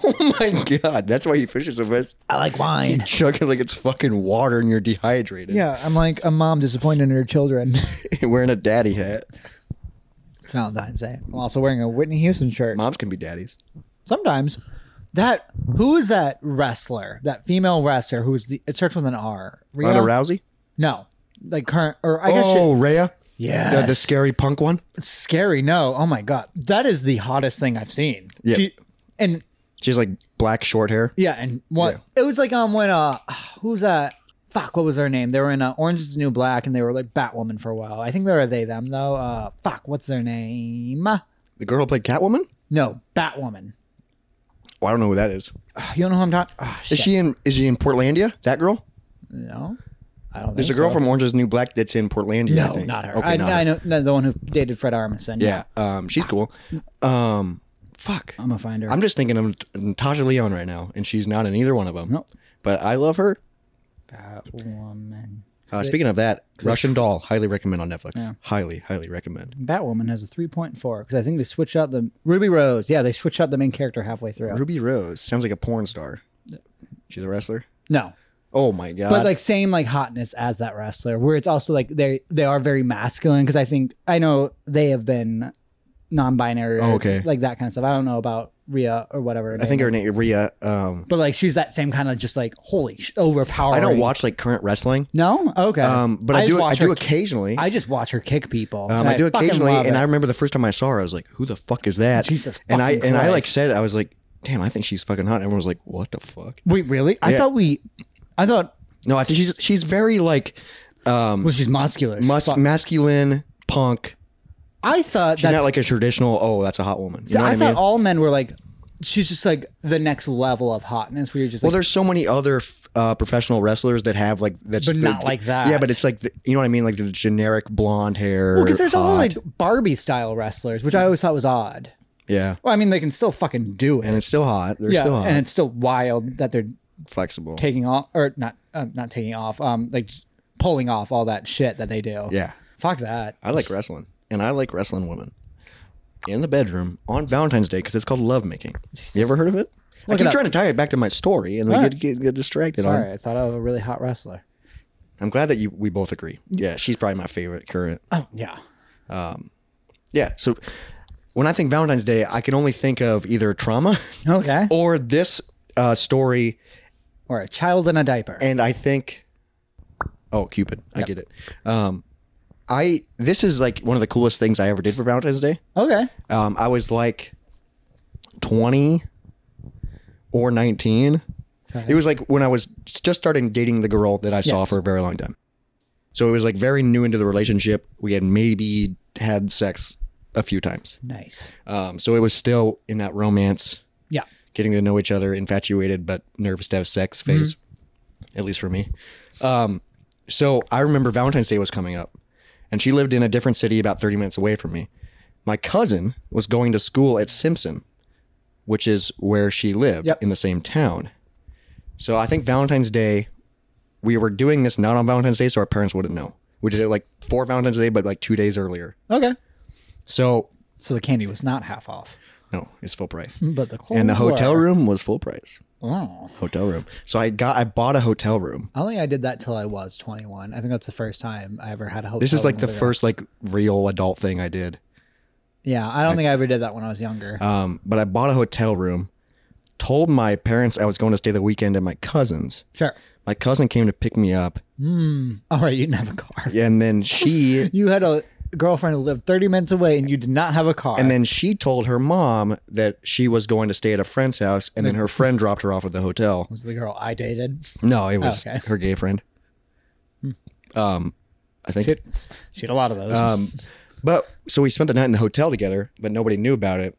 Oh my god, that's why you fish are so fast. I like wine. Chugging like it's fucking water and you're dehydrated. Yeah, I'm like a mom disappointed in her children. wearing a daddy hat. it's Valentine's Day. I'm also wearing a Whitney Houston shirt. Moms can be daddies. Sometimes that who is that wrestler? That female wrestler who's the it starts with an R. Rhea? Ronda Rousey. No, like current or I guess Oh, Rhea. she, yeah. The, the scary punk one. scary. No, oh my god, that is the hottest thing I've seen. Yeah. She- and She has like black short hair. Yeah, and what it was like um when uh who's that? Fuck, what was their name? They were in uh, Orange Is the New Black, and they were like Batwoman for a while. I think they were they them though. Uh, fuck, what's their name? The girl who played Catwoman? No, Batwoman. Well, I don't know who that is. Ugh, You don't know who I'm talking. Oh, Is she in? Is she in Portlandia? That girl? No, I don't. There's a think girl so. from Orange Is the New Black that's in Portlandia. I No, think. not her. Okay, I, not I her. know no, the one who dated Fred Armisen. Yeah. Um, she's cool. Um, fuck. I'm gonna find her. I'm just thinking of Natasha Leon right now, and she's not in either one of them. Nope. But I love her. Batwoman. Uh, speaking of that, Russian Doll, highly recommend on Netflix. Highly, highly recommend. Batwoman has a 3.4 because I think they switch out the Ruby Rose. Yeah, they switch out the main character halfway through. Ruby Rose sounds like a porn star. She's a wrestler. no, Oh my god! but like same like hotness as that wrestler, where it's also like they they are very masculine because I think I know they have been non-binary, or Oh, okay. like that kind of stuff. I don't know about Rhea or whatever. I think her name Rhea. Um, but like she's that same kind of just like holy sh- overpowering. I don't watch like current wrestling, No, okay. um, but I, just do. I watch do her- occasionally. I just watch her kick people. Um, and I do fucking occasionally, love and I it. remember the first time I saw her, I was like, "Who the fuck is that?" Jesus and I fucking and I like Christ. said, I was like, "Damn, I think she's fucking hot." And everyone was like, "What the fuck?" wait really. I Yeah. thought we, I thought No, I think she's she's very like um, well she's muscular. mus- Fuck. masculine punk. I thought She's that's not like a traditional. Oh, that's a hot woman. You So know I, what I thought mean? all men were like, she's just like the next level of hotness where you're just well, like, there's so many other f- uh, professional wrestlers that have like that's But the- not like that. Yeah, but it's like the, you know what I mean, like the generic blonde hair. because there's a whole hot- like Barbie style wrestlers, which I always thought was odd. yeah, Well, I mean, they can still fucking do and it. it's still hot. They're Yeah, still hot. and it's still wild that they're flexible. taking off or not, uh, not taking off, um, like just pulling off all that shit that they do. yeah, Fuck that. I like wrestling, and I like wrestling women in the bedroom on Valentine's Day because it's called lovemaking. You ever heard of it? I it keep up. trying to tie it back to my story, and we Alright. get, get, get distracted. on- Sorry, I thought I was a really hot wrestler. I'm glad that you we both agree. Yeah, she's probably my favorite current. Oh yeah, Yeah, so when I think Valentine's Day, I can only think of either trauma okay. or this uh, story, Or a child in a diaper. and I think, oh, Cupid, I get it. Um, I this is like one of the coolest things I ever did for Valentine's Day. Okay, Um, I was like 20 or 19. It was like when I was just starting dating the girl that I saw for a very long time. So it was like very new into the relationship. We had maybe had sex a few times. nice. Um, so it was still in that romance, Yeah, getting to know each other, infatuated but nervous to have sex phase, at least for me. Um, so I remember Valentine's Day was coming up, and she lived in a different city about 30 minutes away from me. My cousin was going to school at Simpson, which is where she lived Yep. in the same town. So I think Valentine's Day, we were doing this not on Valentine's Day, so our parents wouldn't know. We did it like for Valentine's Day, but like two days earlier. okay. So So the candy was not half off, no, it's full price. but the And the clothes hotel were. room was full price. Oh. Hotel room. So I got I bought a hotel room. I don't think I did that till I was 21. I think that's the first time I ever had a hotel. This is like room the with a guy. first like real adult thing I did. Yeah, I don't think I ever did that when I was younger. Um, but I bought a hotel room, told my parents I was going to stay the weekend at my cousin's. sure. My cousin came to pick me up, All right, you didn't have a car. and then she You had a girlfriend who lived 30 minutes away, and you did not have a car. and then she told her mom that she was going to stay at a friend's house, and then her friend dropped her off at the hotel. was the girl I dated. No, it was Okay. her gay friend. Um, I think Shit. She had a lot of those. Um, but so we spent the night in the hotel together, but nobody knew about it.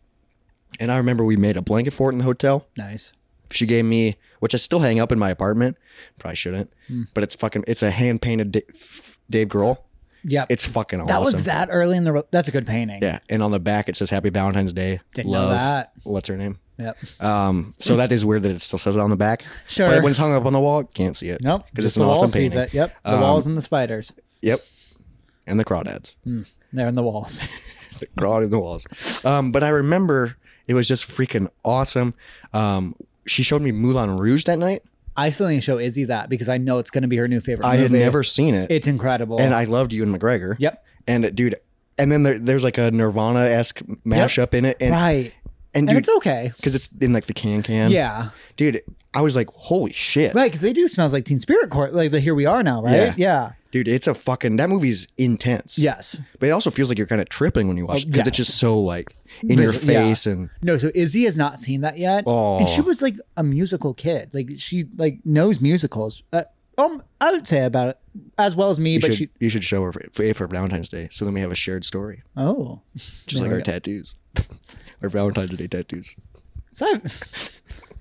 And I remember we made a blanket fort in the hotel. nice. She gave me, which I still hang up in my apartment. Probably shouldn't, Hmm. but it's fucking. It's a hand painted Dave, Dave Grohl. Yep. It's fucking that awesome. was that early in the. Re- that's a good painting. yeah, and on the back it says Happy Valentine's Day. Didn't know that. What's her name? Yep. Um, so that is weird that it still says it on the back. Sure. But when it's hung up on the wall, can't see it. Nope. because just it's an the wall awesome sees painting. it. Yep. The Um, walls and the spiders. Yep. And the crawdads. They're in the walls. crawling in the walls. Um, but I remember it was just freaking awesome. Um, she showed me Moulin Rouge that night. I still need to show Izzy that because I know it's going to be her new favorite. I had movie. never seen it, It's incredible. and I loved you and McGregor. Yep. And uh, dude, and then there, there's like a Nirvana esque mashup in it, and right. and And dude, it's okay. because it's in like the can can. Yeah. dude, I was like, holy shit. Right, because they do smells like Teen Spirit Court, like the Here We Are now, right? Yeah. Yeah. Dude, it's a fucking that movie's intense. Yes. But it also feels like you're kind of tripping when you watch it because it's Oh, yes. just so like in your Visu- yeah. face and No, so Izzy has not seen that yet. Oh. And she was like a musical kid. Like she like knows musicals. Uh, um, I would say about it as well as me, you but should she you should show her for, for, for Valentine's Day. So then we have a shared story, oh. just like There our we go. tattoos, our Valentine's Day tattoos. So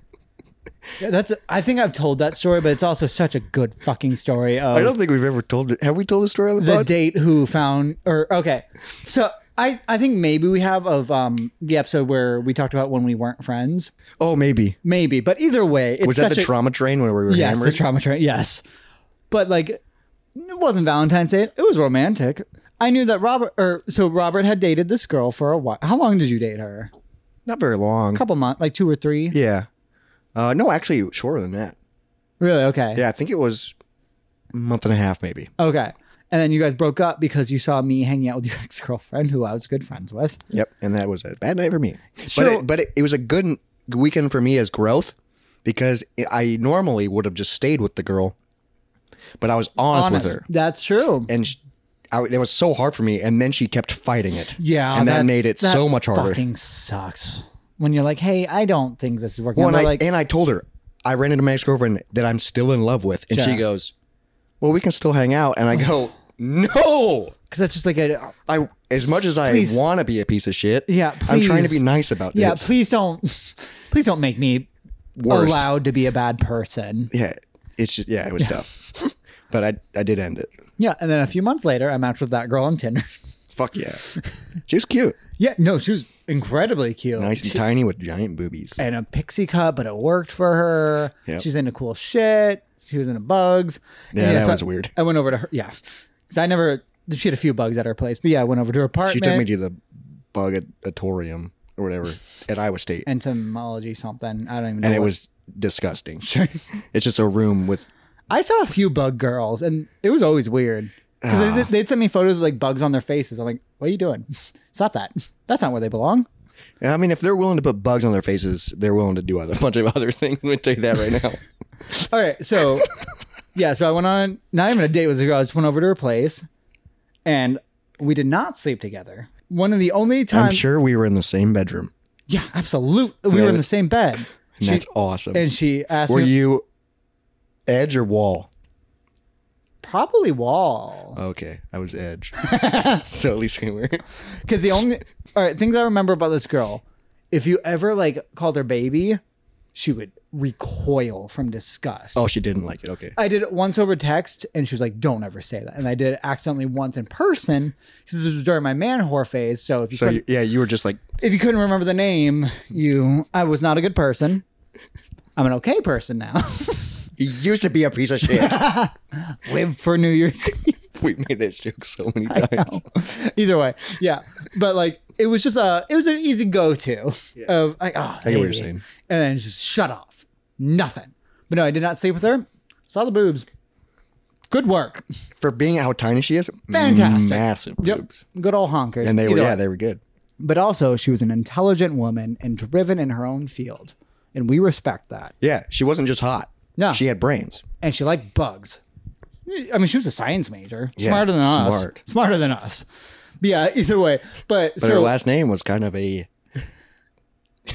Yeah, that's I think I've told that story, but it's also such a good fucking story of I don't think we've ever told it. Have we told a story on the, the pod? date who found or okay so i i think maybe we have of um the episode where we talked about when we weren't friends oh, maybe. maybe but either way it's Was that such the a trauma train when we were yes hammered? the trauma train yes but like it wasn't valentine's day it was romantic i knew that robert or so robert had dated this girl for a while how long did you date her a Not very long. couple months like two or three Yeah. Uh, no, actually, shorter than that. really okay Yeah, I think it was a month and a half, maybe. okay and then you guys broke up because you saw me hanging out with your ex-girlfriend who i was good friends with Yep. And that was a bad night for me. So- but it, but it, it was a good n- weekend for me as growth because I normally would have just stayed with the girl, but I was honest, with her. that's true And sh I, it was so hard for me. And then she kept fighting it. Yeah, And that, made it that so much harder. Fucking sucks. When you're like, hey, I don't think this is working. Well, out. and I, They're like, and I told her I ran into my ex girlfriend that I'm still in love with, and she Yeah. goes, "Well, we can still hang out." And I go, "No, because "Oh!" that's just like a I as much as I Please. want to be a piece of shit, yeah. I'm trying to please. be nice about Yeah, this. please don't, please don't make me Worse. allowed to be a bad person. Yeah, it's just, yeah, it was tough, but I I did end it. Yeah, and then a few months later, I matched with that girl on Tinder. Fuck yeah, she was cute, yeah, no, she was incredibly cute. nice and tiny with giant boobies. and a pixie cut, but it worked for her. Yep. She's into cool shit. She was into bugs. And, Yeah, that so was weird. I went over to her. Yeah, because I never. She had a few bugs at her place, but yeah, I went over to her apartment. She took me to the bug-atorium or whatever at Iowa State, and, entomology something. I don't even know. it what- was disgusting. it's just a room with I saw a few bug girls, and it was always weird because Ah. they'd, they'd send me photos of like bugs on their faces. I'm like, what are you doing? Stop that. That's not where they belong. I mean, if they're willing to put bugs on their faces, they're willing to do a bunch of other things. Let me tell you that right now. All right, so yeah, so I went on not even a date with the girl. I just went over to her place, and we did not sleep together. One of the only I'm times, sure we were in the same bedroom. yeah, absolutely, we were in the same bed. And She, that's awesome. and she asked were me you edge or wall? probably wall. Okay, I was edge. so at least we were. Because the only all right things I remember about this girl, if you ever like called her baby, she would recoil from disgust. Oh, she didn't like it. Okay. I did it once over text, and she was like, "Don't ever say that." And I did it accidentally once in person because this was during my man whore phase. So if you So couldn't, you, yeah, you were just like, if you couldn't remember the name, you I was not a good person. I'm an okay person now. you used to be a piece of shit. Live for New Year's. Eve. we made this joke so many times. Either way, yeah. But like, it was just a, it was an easy go to of like, oh, I get what you're baby. saying. and then just shut off, nothing. But no, I did not sleep with her. Saw the boobs. Good work, For being how tiny she is, fantastic, massive Yep. boobs. Good old honkers. And they were, Either yeah, way. they were good. but also she was an intelligent woman and driven in her own field, and we respect that. Yeah, she wasn't just hot. No. She had brains. And she liked bugs. I mean, she was a science major, Yeah, smarter than us, smart. smarter than us. But yeah, either way. But, But so her last name was kind of a.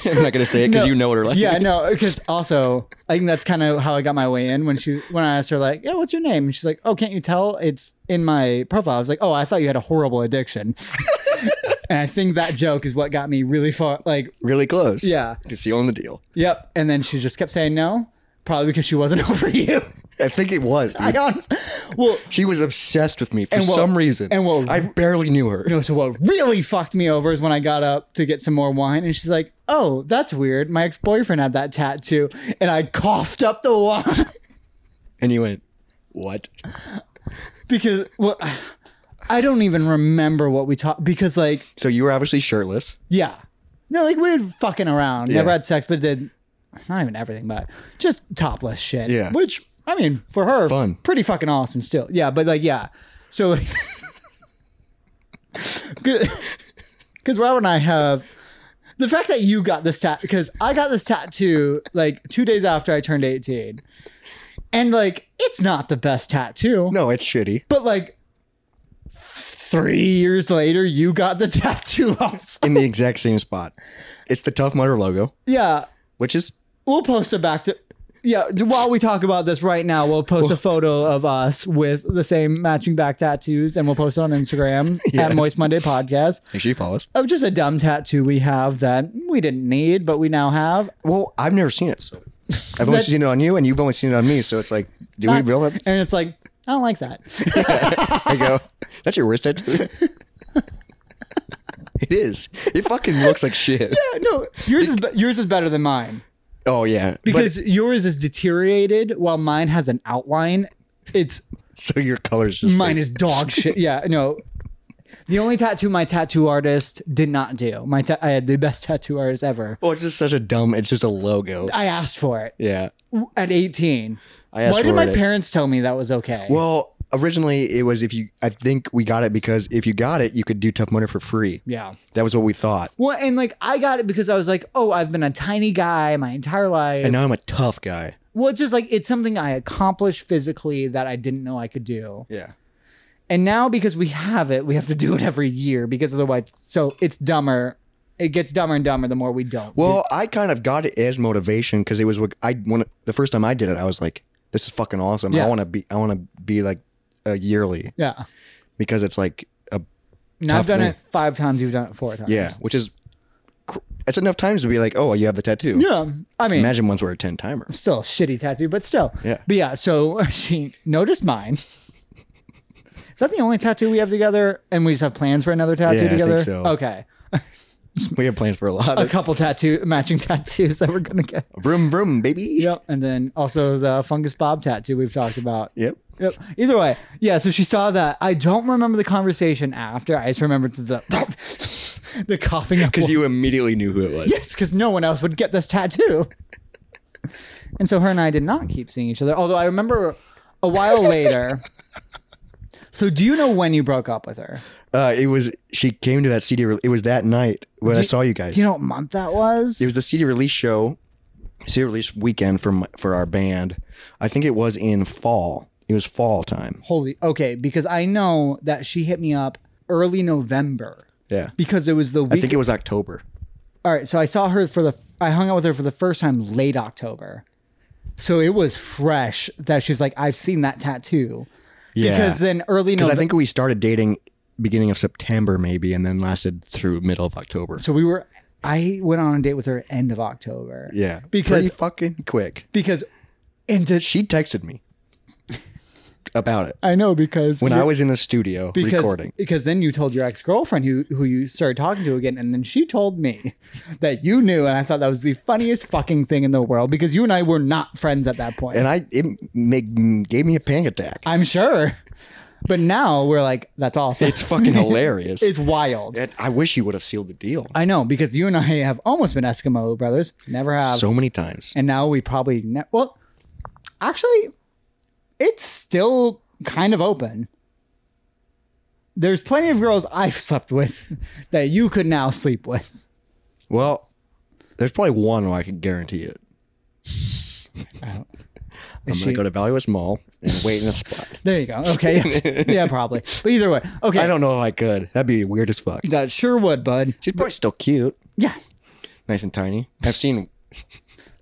I'm not gonna say it because No. you know what her last yeah, name. no, because also I think that's kind of how I got my way in when she when I asked her like, yeah, what's your name? And she's like, oh, can't you tell? It's in my profile. I was like, oh, I thought you had a horrible addiction. and I think that joke is what got me really far. Like, really close. Yeah. It's the on the deal. yep. And then she just kept saying no, probably because she wasn't over you. I think it was. dude. I honestly, well, she was obsessed with me for And what- some reason. and what- I barely knew her. No, so what really fucked me over is when I got up to get some more wine and she's like, Oh, that's weird. My ex boyfriend had that tattoo and I coughed up the wine And you went, What? because well I don't even remember what we talked because like So you were obviously shirtless. yeah. No, like we were fucking around. Never Yeah. had sex, but did not even everything, but just topless shit. Yeah. Which I mean, for her Fun. pretty fucking awesome still. Yeah, but like yeah. So good because Rob and I have the fact that you got this tattoo because I got this tattoo like two days after I turned 18. And like, it's not the best tattoo. No, it's shitty. But like, three years later, you got the tattoo also. In the exact same spot. It's the Tough Mudder logo, Yeah. which is We'll post it back to. Yeah, d- while we talk about this right now, we'll post a photo of us with the same matching back tattoos and we'll post it on Instagram at Yes. Moist Monday Podcast make sure you follow us. of just a dumb tattoo we have that we didn't need, but we now have. Well, I've never seen it. So. I've only That- seen it on you, and you've only seen it on me. So it's like, do we really? have- And it's like, I don't like that. I go, that's your worst tattoo. it is. It fucking looks like shit. no, yours is, be- yours is better than mine. Oh yeah. because yours is deteriorated while mine has an outline. It's but, so your colors just mine is dog shit. Yeah, no. The only tattoo my tattoo artist did not do. My ta- I had the best tattoo artist ever. Well, oh, it's just such a dumb. It's just a logo. I asked for it Yeah. at 18. I asked Why did for my it. parents tell me that was okay? Well, originally it was if you. I think we got it because if you got it, you could do Tough Mudder for free. yeah. That was what we thought. Well, and like I got it because I was like, oh, I've been a tiny guy my entire life. And now I'm a tough guy. well, it's just like it's something I accomplished physically that I didn't know I could do. Yeah. And now because we have it, we have to do it every year because otherwise, so it's dumber. It gets dumber and dumber the more we don't. Well, I kind of got it as motivation because it was what I when the first time I did it, I was like, "This is fucking awesome. Yeah. I want to be. I want to be like a yearly yeah. because it's like a And I've Tough done thing. it five times. You've done it four times. yeah, which is cr- it's enough times to be like, oh, you have the tattoo. Yeah. I mean, Imagine ones were a ten timer. still a shitty tattoo, but still. Yeah. But yeah, so she noticed mine. Is that the only tattoo we have together? And we just have plans for another tattoo Yeah, I think together? so. Okay. We have plans for a lot. A of couple tattoo matching tattoos that we're gonna get. Vroom vroom, baby. Yep. And then also the fungus bob tattoo we've talked about. Yep. Yep. Either way, yeah. So she saw that. I don't remember the conversation after. I just remembered the the coughing up. Because you immediately knew who it was. yes, because no one else would get this tattoo. and so her and I did not keep seeing each other. Although I remember a while later. So do you know when you broke up with her? Uh, it was she came to that CD. Re- it was that night when I saw you guys. Do you know what month that was? it was the CD release show, CD release weekend for my, for our band. I think it was in fall. It was fall time. Holy okay, because I know that she hit me up early November Yeah. because it was the I week think it was October. All right, so I saw her for the I hung out with her for the first time late October. So it was fresh that she was like, I've seen that tattoo. Yeah. Because then early Because um, November I think we started dating beginning of September maybe, and then lasted through middle of October. so we were I went on a date with her end of October. yeah. Because- Pretty fucking quick. Because and to, She texted me about it I know because when I you're- was in the studio because, recording. Because then you told your ex girlfriend who who you started talking to again, and then she told me that you knew, and I thought that was the funniest fucking thing in the world because you and I were not friends at that point. And I it make, gave me a panic attack. I'm sure. But now we're like, that's awesome. It's fucking hilarious. It's wild. That- I wish you would have sealed the deal I know because you and I have almost been Eskimo brothers. Never have. so many times. and now we probably ne- well, actually, it's still kind of open. There's plenty of girls I've slept with that you could now sleep with. Well, there's probably one where I can guarantee it. Oh. I'm she- gonna go to Valley West Mall and wait in a spot. There you go. Okay, yeah, Yeah, probably. But either way, okay, I don't know if I could. That'd be weird as fuck. that sure would, bud. She's probably still cute, Yeah. nice and tiny. I've seen,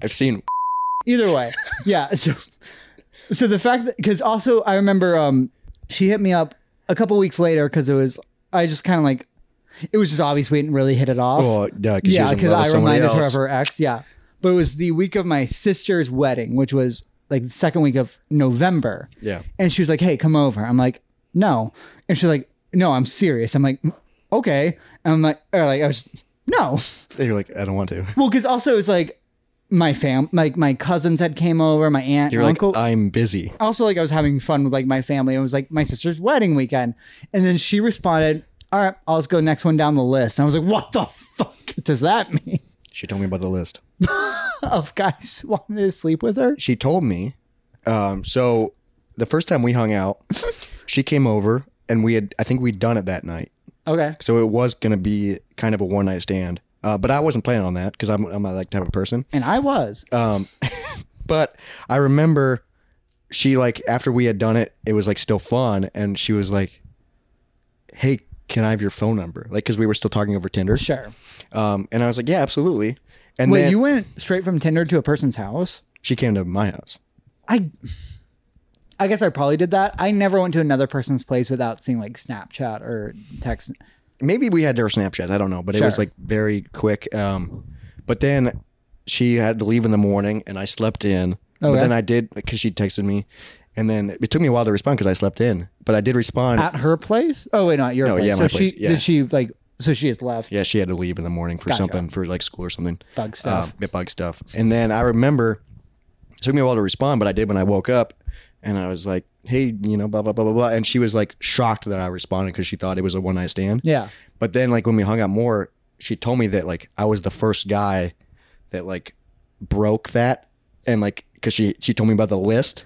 I've seen. Either way, yeah. So, so the fact that because also I remember um she hit me up a couple weeks later because it was I just kind of like it was just obvious we didn't really hit it off. Oh, yeah, because yeah, because I reminded her of her ex. Yeah, but it was the week of my sister's wedding, which was like the second week of November. Yeah. and she was like, "Hey, come over." I'm like, "No," and she's like, "No, I'm serious." I'm like, "Okay," and I'm like, or like I was, "No." And you're like, I don't want to. Well, because also it's like my fam, like my cousins had came over, my aunt, You're and uncle. like, uh, I'm busy. also, like I was having fun with like my family. It was like my sister's wedding weekend, and then she responded, "All right, I'll just go next one down the list." And I was like, "What the fuck does that mean?" She told me about the list. Of guys wanting to sleep with her. She told me. Um, so the first time we hung out, she came over and we had. I think we'd done it that night. Okay, So it was gonna be kind of a one night stand. Uh, but I wasn't planning on that because Uh, I'm I'm not that type of person. and I was. Um, but I remember she like after we had done it, it was like still fun, and she was like, "Hey, can I have your phone number?" Like because we were still talking over Tinder. Sure. Um, and I was like, "Yeah, absolutely." And Wait, then you went straight from Tinder to a person's house? she came to my house. I I guess I probably did that. I never went to another person's place without seeing like Snapchat or text. maybe we had her Snapchat. I don't know, but it was Sure. like very quick. Um, but then she had to leave in the morning, and I slept in. But Okay. then I did because she texted me, and then it took me a while to respond because I slept in. But I did respond. At her place? Oh wait, not your No, place. yeah, so my she place, yeah. did she like so she has left. yeah, she had to leave in the morning for Gotcha. something for like school or something. Bug stuff. Um, yeah, bug stuff. And then I remember it took me a while to respond, but I did when I woke up, and I was like, "Hey, you know, blah blah blah blah blah," and she was like shocked that I responded because she thought it was a one night stand. Yeah. But then like when we hung out more, she told me that like I was the first guy that like broke that and like cuz she she told me about the list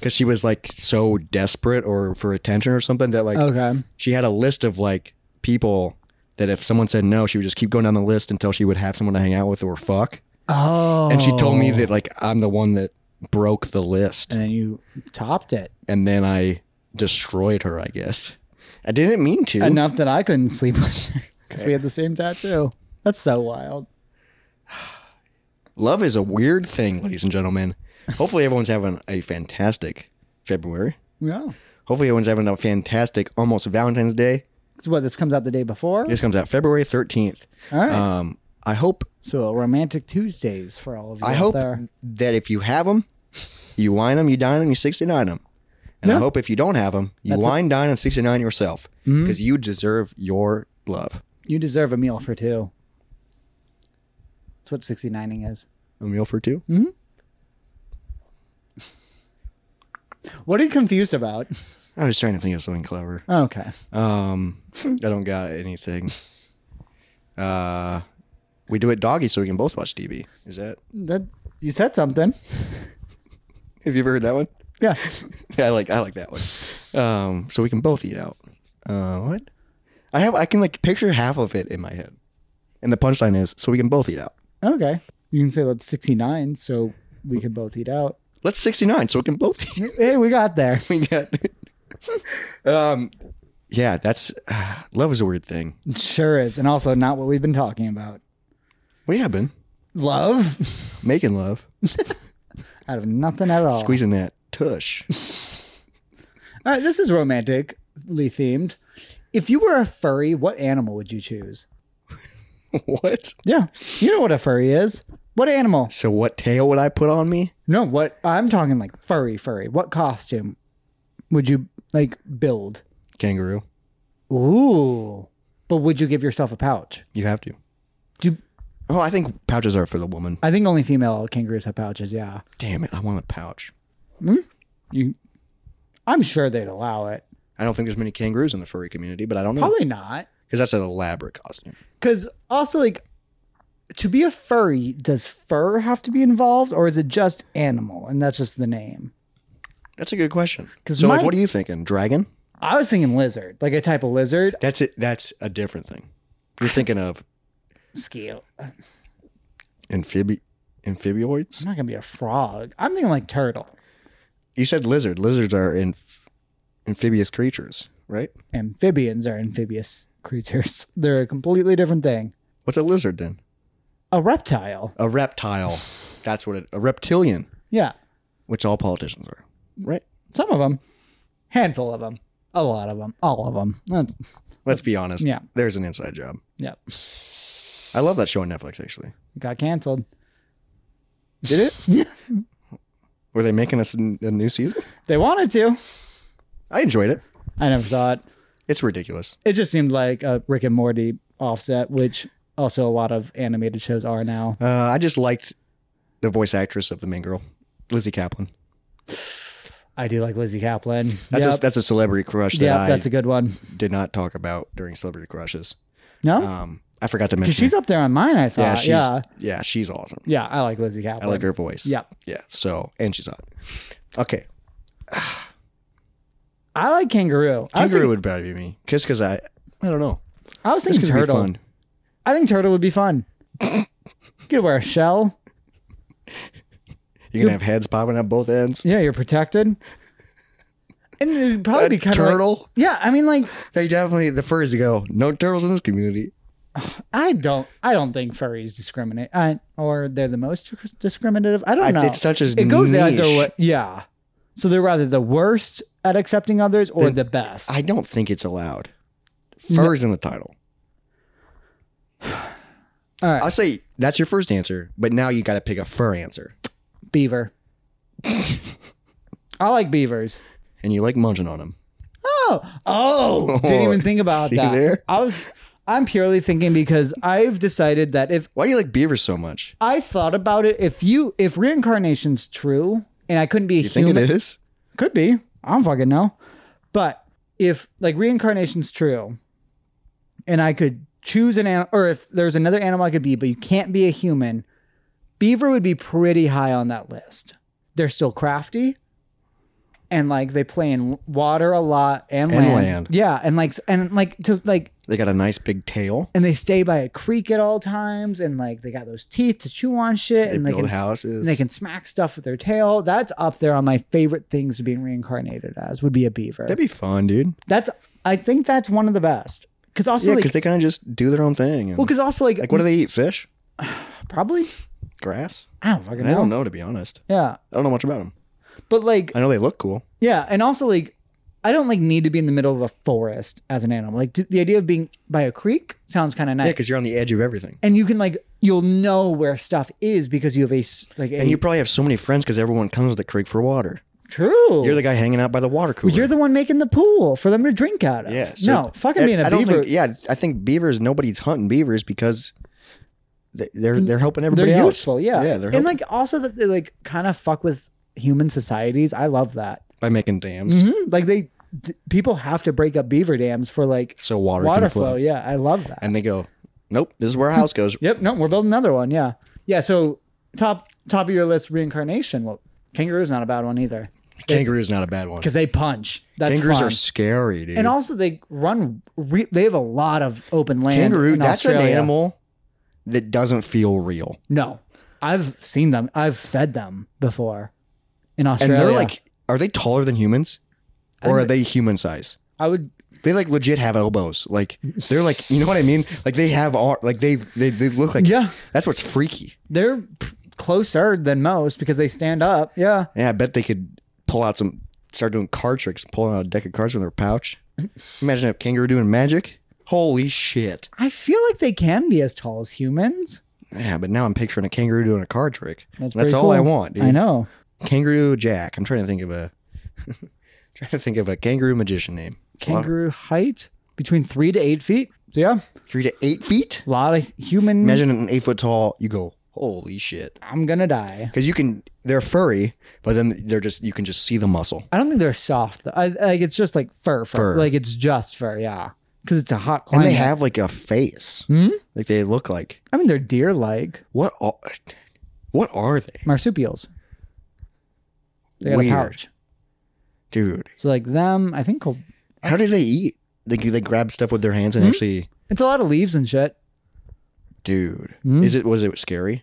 cuz she was like so desperate or for attention or something that like Okay. she had a list of like people that if someone said no, she would just keep going down the list until she would have someone to hang out with or fuck. Oh. And she told me that like I'm the one that broke the list and then you topped it and then I destroyed her, I guess. I didn't mean to. enough that I couldn't sleep with her because we had the same tattoo. That's so wild. Love is a weird thing, ladies and gentlemen. Hopefully, everyone's having a fantastic February. Yeah. Hopefully, everyone's having a fantastic almost Valentine's Day. So what this comes out the day before? This comes out February 13th. All right. Um, I hope so a romantic Tuesdays for all of you I out hope there. that if you have them, you wine them, you dine them, you 69 them. And I Yeah. hope if you don't have them, you That's Mm-hmm. it. wine, dine, and 69 yourself because you deserve your love. You deserve a meal for two. That's what 69ing is. A meal for two? Mm-hmm. What are you confused about? I was trying to think of something clever. Okay. Um, I don't got anything. Uh, we do it doggy so we can both watch TV. Is that? That you said something. Have you ever heard that one? Yeah. I like I like that one. Um, so we can both eat out. Uh, what? I have I can like picture half of it in my head, and the punchline is so we can both eat out. Okay. You can say that's 69, so we can both eat out. Let's sixty nine so we can both eat. Hey, we got there. we got. um, yeah, that's love is a weird thing. Sure is. And also not what we've been talking about. We have been Love making love, out of nothing at all. squeezing that tush. All right, this is romantically themed. If you were a furry, what animal would you choose? what? Yeah. You know what a furry is. What animal? So what tail would I put on me? No, what I'm talking like furry, furry. What costume would you like build? Kangaroo. Ooh. But would you give yourself a pouch? You have to. Do Oh, I think pouches are for the woman. I think only female kangaroos have pouches, yeah. Damn it, I want a pouch. You I'm sure they'd allow it. I don't think there's many kangaroos in the furry community, but I don't know. Probably not. because that's an elaborate costume. Cause also like to be a furry, does fur have to be involved or is it just animal? And that's just the name. That's a good question. 'Cause So, like, my- what are you thinking? Dragon? I was thinking lizard, like a type of lizard. That's it. That's a different thing. You're thinking of Scale. I'm amphibi, amphibioids. not gonna be a frog. I'm thinking like turtle. You said lizard. Lizards are in, amphibious creatures, right? Amphibians are amphibious creatures. They're a completely different thing. What's a lizard then? A reptile. A reptile. That's what it. A reptilian, Yeah. which all politicians are, right? Some of them. Handful of them. A lot of them. All of them. That's, Let's be honest. Yeah. There's an inside job. yeah. I love that show on Netflix. Actually, Got canceled. did it? Were they making us a n- a new season? They wanted to. I enjoyed it. I never saw it. It's ridiculous. It just seemed like a Rick and Morty offset, which also a lot of animated shows are now. Uh, I just liked the voice actress of the main girl, Lizzie Kaplan. I do like Lizzie Kaplan. That's yep. a, that's a celebrity crush that Yep, I that's a good one. did not talk about during celebrity crushes. No? Um, I forgot to mention. Because she's her. up there on mine, I thought. yeah, Yeah. she's, yeah. yeah, she's awesome. I like Lizzie I Kaplan. like her voice. Yeah. yeah. So and she's hot. Okay, I like kangaroo. I kangaroo was thinking, would probably be me. Just because I, I don't know. I was Just thinking because it'd be turtle. fun. I think turtle would be fun. you could wear a shell. You can have heads popping up both ends. Yeah, you're protected. And it'd probably A be kind of turtle? yeah, I mean, like They definitely the furries go. No turtles in this community. I don't, I don't think furries discriminate, I, or they're the most disc- discriminative. I don't I- know. it's such as it goes either niche. way. Yeah, so they're either the worst at accepting others or the best. I don't think it's allowed. Furs in the title. All right. I'll say that's your first answer, but now you got to pick a fur answer. Beaver. I like beavers. And you like munching on them. Oh, oh, didn't even think about See that. there? I was, I'm purely thinking because I've decided that if Why do you like beavers so much? I thought about it, if you, if reincarnation's true, and I couldn't be a You think human, it is? could be. I don't fucking know. But if like reincarnation's true, and I could choose an animal, or if there's another animal I could be, but you can't be a human, beaver would be pretty high on that list. They're still crafty, and like they play in water a lot and, And land. land. Yeah, and like s- and like to like. They got a nice big tail. And they stay by a creek at all times, and like they got those teeth to chew on shit, They and they build can s- houses. and they can smack stuff with their tail. That's up there on my favorite things to be reincarnated as would be a beaver. That'd be fun, dude. that's I think that's one of the best. Cause also Yeah, like because they kind of just do their own thing. and- well, cause also like, like, what do they eat? Fish? probably Grass? I don't fucking know. I don't know, to be honest. Yeah, I don't know much about them. but like I know they look cool. yeah, and also like I don't like need to be in the middle of a forest as an animal. Like t- the idea of being by a creek sounds kind of nice, Yeah, because you're on the edge of everything. and you can like you'll know where stuff is because you have a s- like a, And you probably have so many friends because everyone comes to the creek for water. true. You're the guy hanging out by the water cooler. Well, you're the one making the pool for them to drink out of. yeah. so- no, fucking being I a don't beaver. think- yeah, I think beavers. Nobody's hunting beavers because they- they're they're helping everybody they're else. useful, yeah. Yeah, they're helping and like also that they like kind of fuck with human societies. I love that. by making dams Mhm. Like they d- people have to break up beaver dams for like so water, water can flow. flow. Yeah, I love that. And they go, nope, this is where our house goes. yep. No, we're building another one. Yeah, yeah. So top top of your list, reincarnation. Well, kangaroo's not a bad one either Kangaroo's not a bad one. because they punch. That's Kangaroos fun. are scary, dude. and also they run. Re- they have a lot of open land. kangaroo. in That's an Australia. animal that doesn't feel real, No, I've seen them. I've fed them before in Australia. and they're like, are they taller than humans, or are they human size? I would. They like legit have elbows. Like they're like, you know what I mean? Like they have ar- like they they, they look like Yeah. That's what's freaky. They're p- closer than most because they stand up. Yeah. Yeah, I bet they could pull out some, start doing card tricks, pulling out a deck of cards from their pouch. Imagine a kangaroo doing magic. Holy shit! I feel like they can be as tall as humans. Yeah, but now I'm picturing a kangaroo doing a card trick. That's, That's, pretty all I cool. want. Dude. I know. Kangaroo Jack. I'm trying to think of a, trying to think of a kangaroo magician name. Kangaroo height between three to eight feet. So yeah, Three to eight feet. a lot of human. Imagine an eight foot tall. You go, holy shit! I'm gonna die. Because you can, they're furry, but then they're just you can just see the muscle. I don't think they're soft. though. I, like it's just like fur, fur, Fur. Like it's just fur. Yeah, because it's a hot And climate. they have like a face, Hmm? like they look like I mean, they're deer-like what? Are, what are they? marsupials. They got Weird. a pouch. dude. So like them, I think How do they eat? They they grab stuff with their hands and Hmm? actually, it's a lot of leaves and shit. dude. Hmm? Is it was it scary?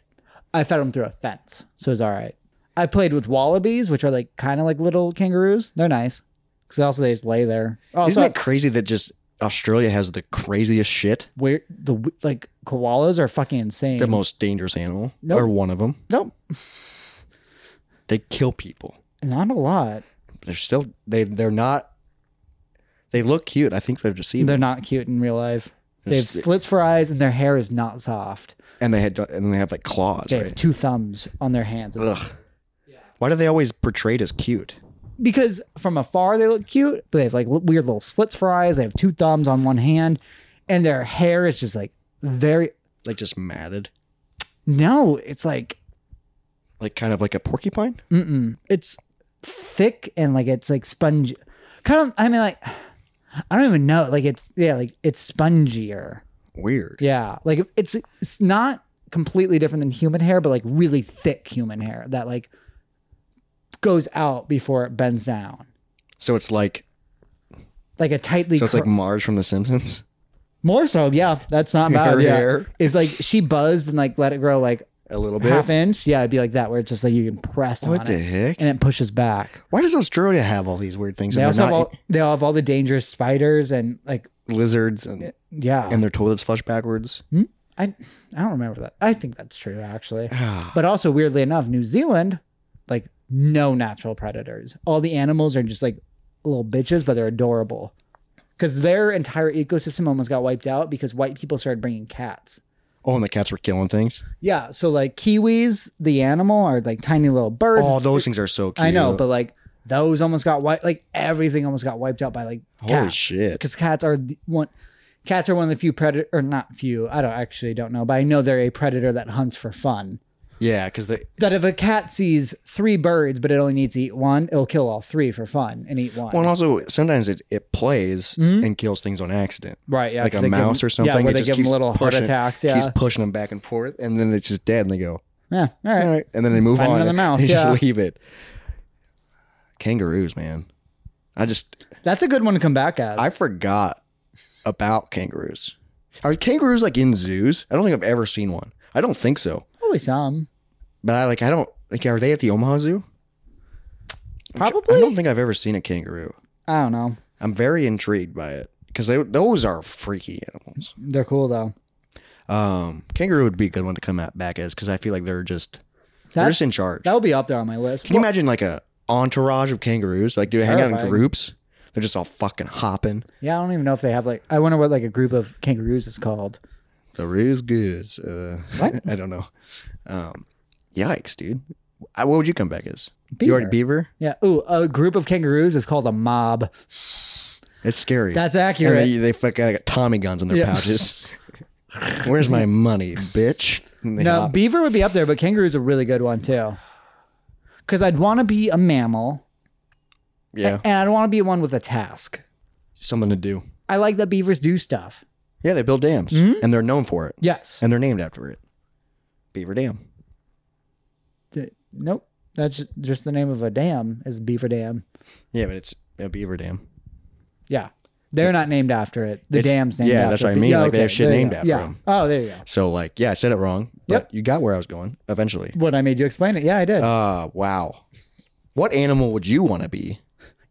I fed them through a fence, so it's all right. I played with wallabies, which are like kind of like little kangaroos. They're nice because also they just lay there. Oh, Also, Isn't it crazy that just Australia has the craziest shit, where the w- like koalas are fucking insane. the most dangerous animal, Nope. or one of them? nope, They kill people. not a lot. They're still they they're not. They look cute. I think they're deceiving. They're not cute in real life. They have There's- slits for eyes, and their hair is not soft. and they had and they have like claws. They have right? two thumbs on their hands. Ugh. Why do they always portrayed as cute? because from afar they look cute, but they have like li- weird little slits for eyes. They have two thumbs on one hand, and their hair is just like very. Like just matted, No, it's like like kind of like a porcupine. mm-mm. it's thick and like it's like sponge. Kind of, I mean, like I don't even know. Like it's yeah, like it's spongier. Weird. Yeah, like it's it's not completely different than human hair, but like really thick human hair that like goes out before it bends down, So it's like like a tightly. so it's cur- like Marge from The Simpsons. More so, yeah. That's not bad. Her yeah. hair. If like she buzzed and like let it grow like a little bit. half inch. Yeah, it'd be like that where it's just like you can press what on the it heck? and it pushes back. Why does Australia have all these weird things? They And also they're have not all, they all have all the dangerous spiders and like lizards and, yeah. and their toilets flush backwards. I I don't remember that. I think that's true actually. Ah, But also weirdly enough, New Zealand like no natural predators. All the animals are just like little bitches, but they're adorable. Because their entire ecosystem almost got wiped out because white people started bringing cats. oh, and the cats were killing things. Yeah, so like kiwis, the animal, are like tiny little birds. Oh, those things are so cute. I know, but like those almost got wiped. Like everything almost got wiped out by like holy cats. shit! Because cats are the one. Cats are one of the few predator, or not few. I don't actually don't know, but I know they're a predator that hunts for fun. Yeah, because they That if a cat sees three birds, but it only needs to eat one, it'll kill all three for fun and eat one. well, and also sometimes it it plays and kills things on accident. right? Mm-hmm. Yeah, like 'cause a they give mouse them- or something. Yeah, where it they just give them keeps little heart pushing, attacks. Keeps Yeah, pushing them back and forth, and then it's just dead, and they go, yeah. All right. all right, and then they move Find on. another and mouse, They yeah. just leave it. Kangaroos, man. I just That's a good one to come back as. I forgot about kangaroos. Are kangaroos like in zoos? I don't think I've ever seen one. I don't think so. Probably some. But I like I don't like are they at the Omaha Zoo? Probably. I don't think I've ever seen a kangaroo. I don't know. I'm very intrigued by it because they those are freaky animals. They're cool though. Um, kangaroo would be a good one to come out back as because I feel like they're just they're That's just in charge. that will be up there on my list. Can you imagine like a entourage of kangaroos? Like, do they hang out in Terrifying. groups? They're just all fucking hopping. Yeah, I don't even know if they have like. I wonder what like a group of kangaroos is called. The ruse goose. Uh, What? I don't know. Um, yikes, dude. I, what would you come back as? You Beaver. already beaver? Yeah. Ooh, a group of kangaroos is called a mob. It's scary. That's and accurate. they, they fucking got Tommy guns in their Yeah. pouches. Where's my money, bitch? And they no, hop. beaver would be up there, but kangaroo's a really good one too. Because I'd want to be a mammal, yeah, and I'd want to be one with a task. something to do. I like that beavers do stuff. Yeah, they build dams, Hmm? and they're known for it, Yes. and they're named after it. Beaver Dam. D- nope. That's ju- just the name of a dam is Beaver Dam. Yeah, but it's a beaver dam. Yeah. They're not named after it. The It's- dam's named yeah, after that's it. what I Be- mean, like, they have shit there you named go. after yeah. 'em. Oh, there you go. So like, yeah, I said it wrong, but Yep. you got where I was going eventually. What I made you explain it. Yeah, I did. Uh wow. What animal would you want to be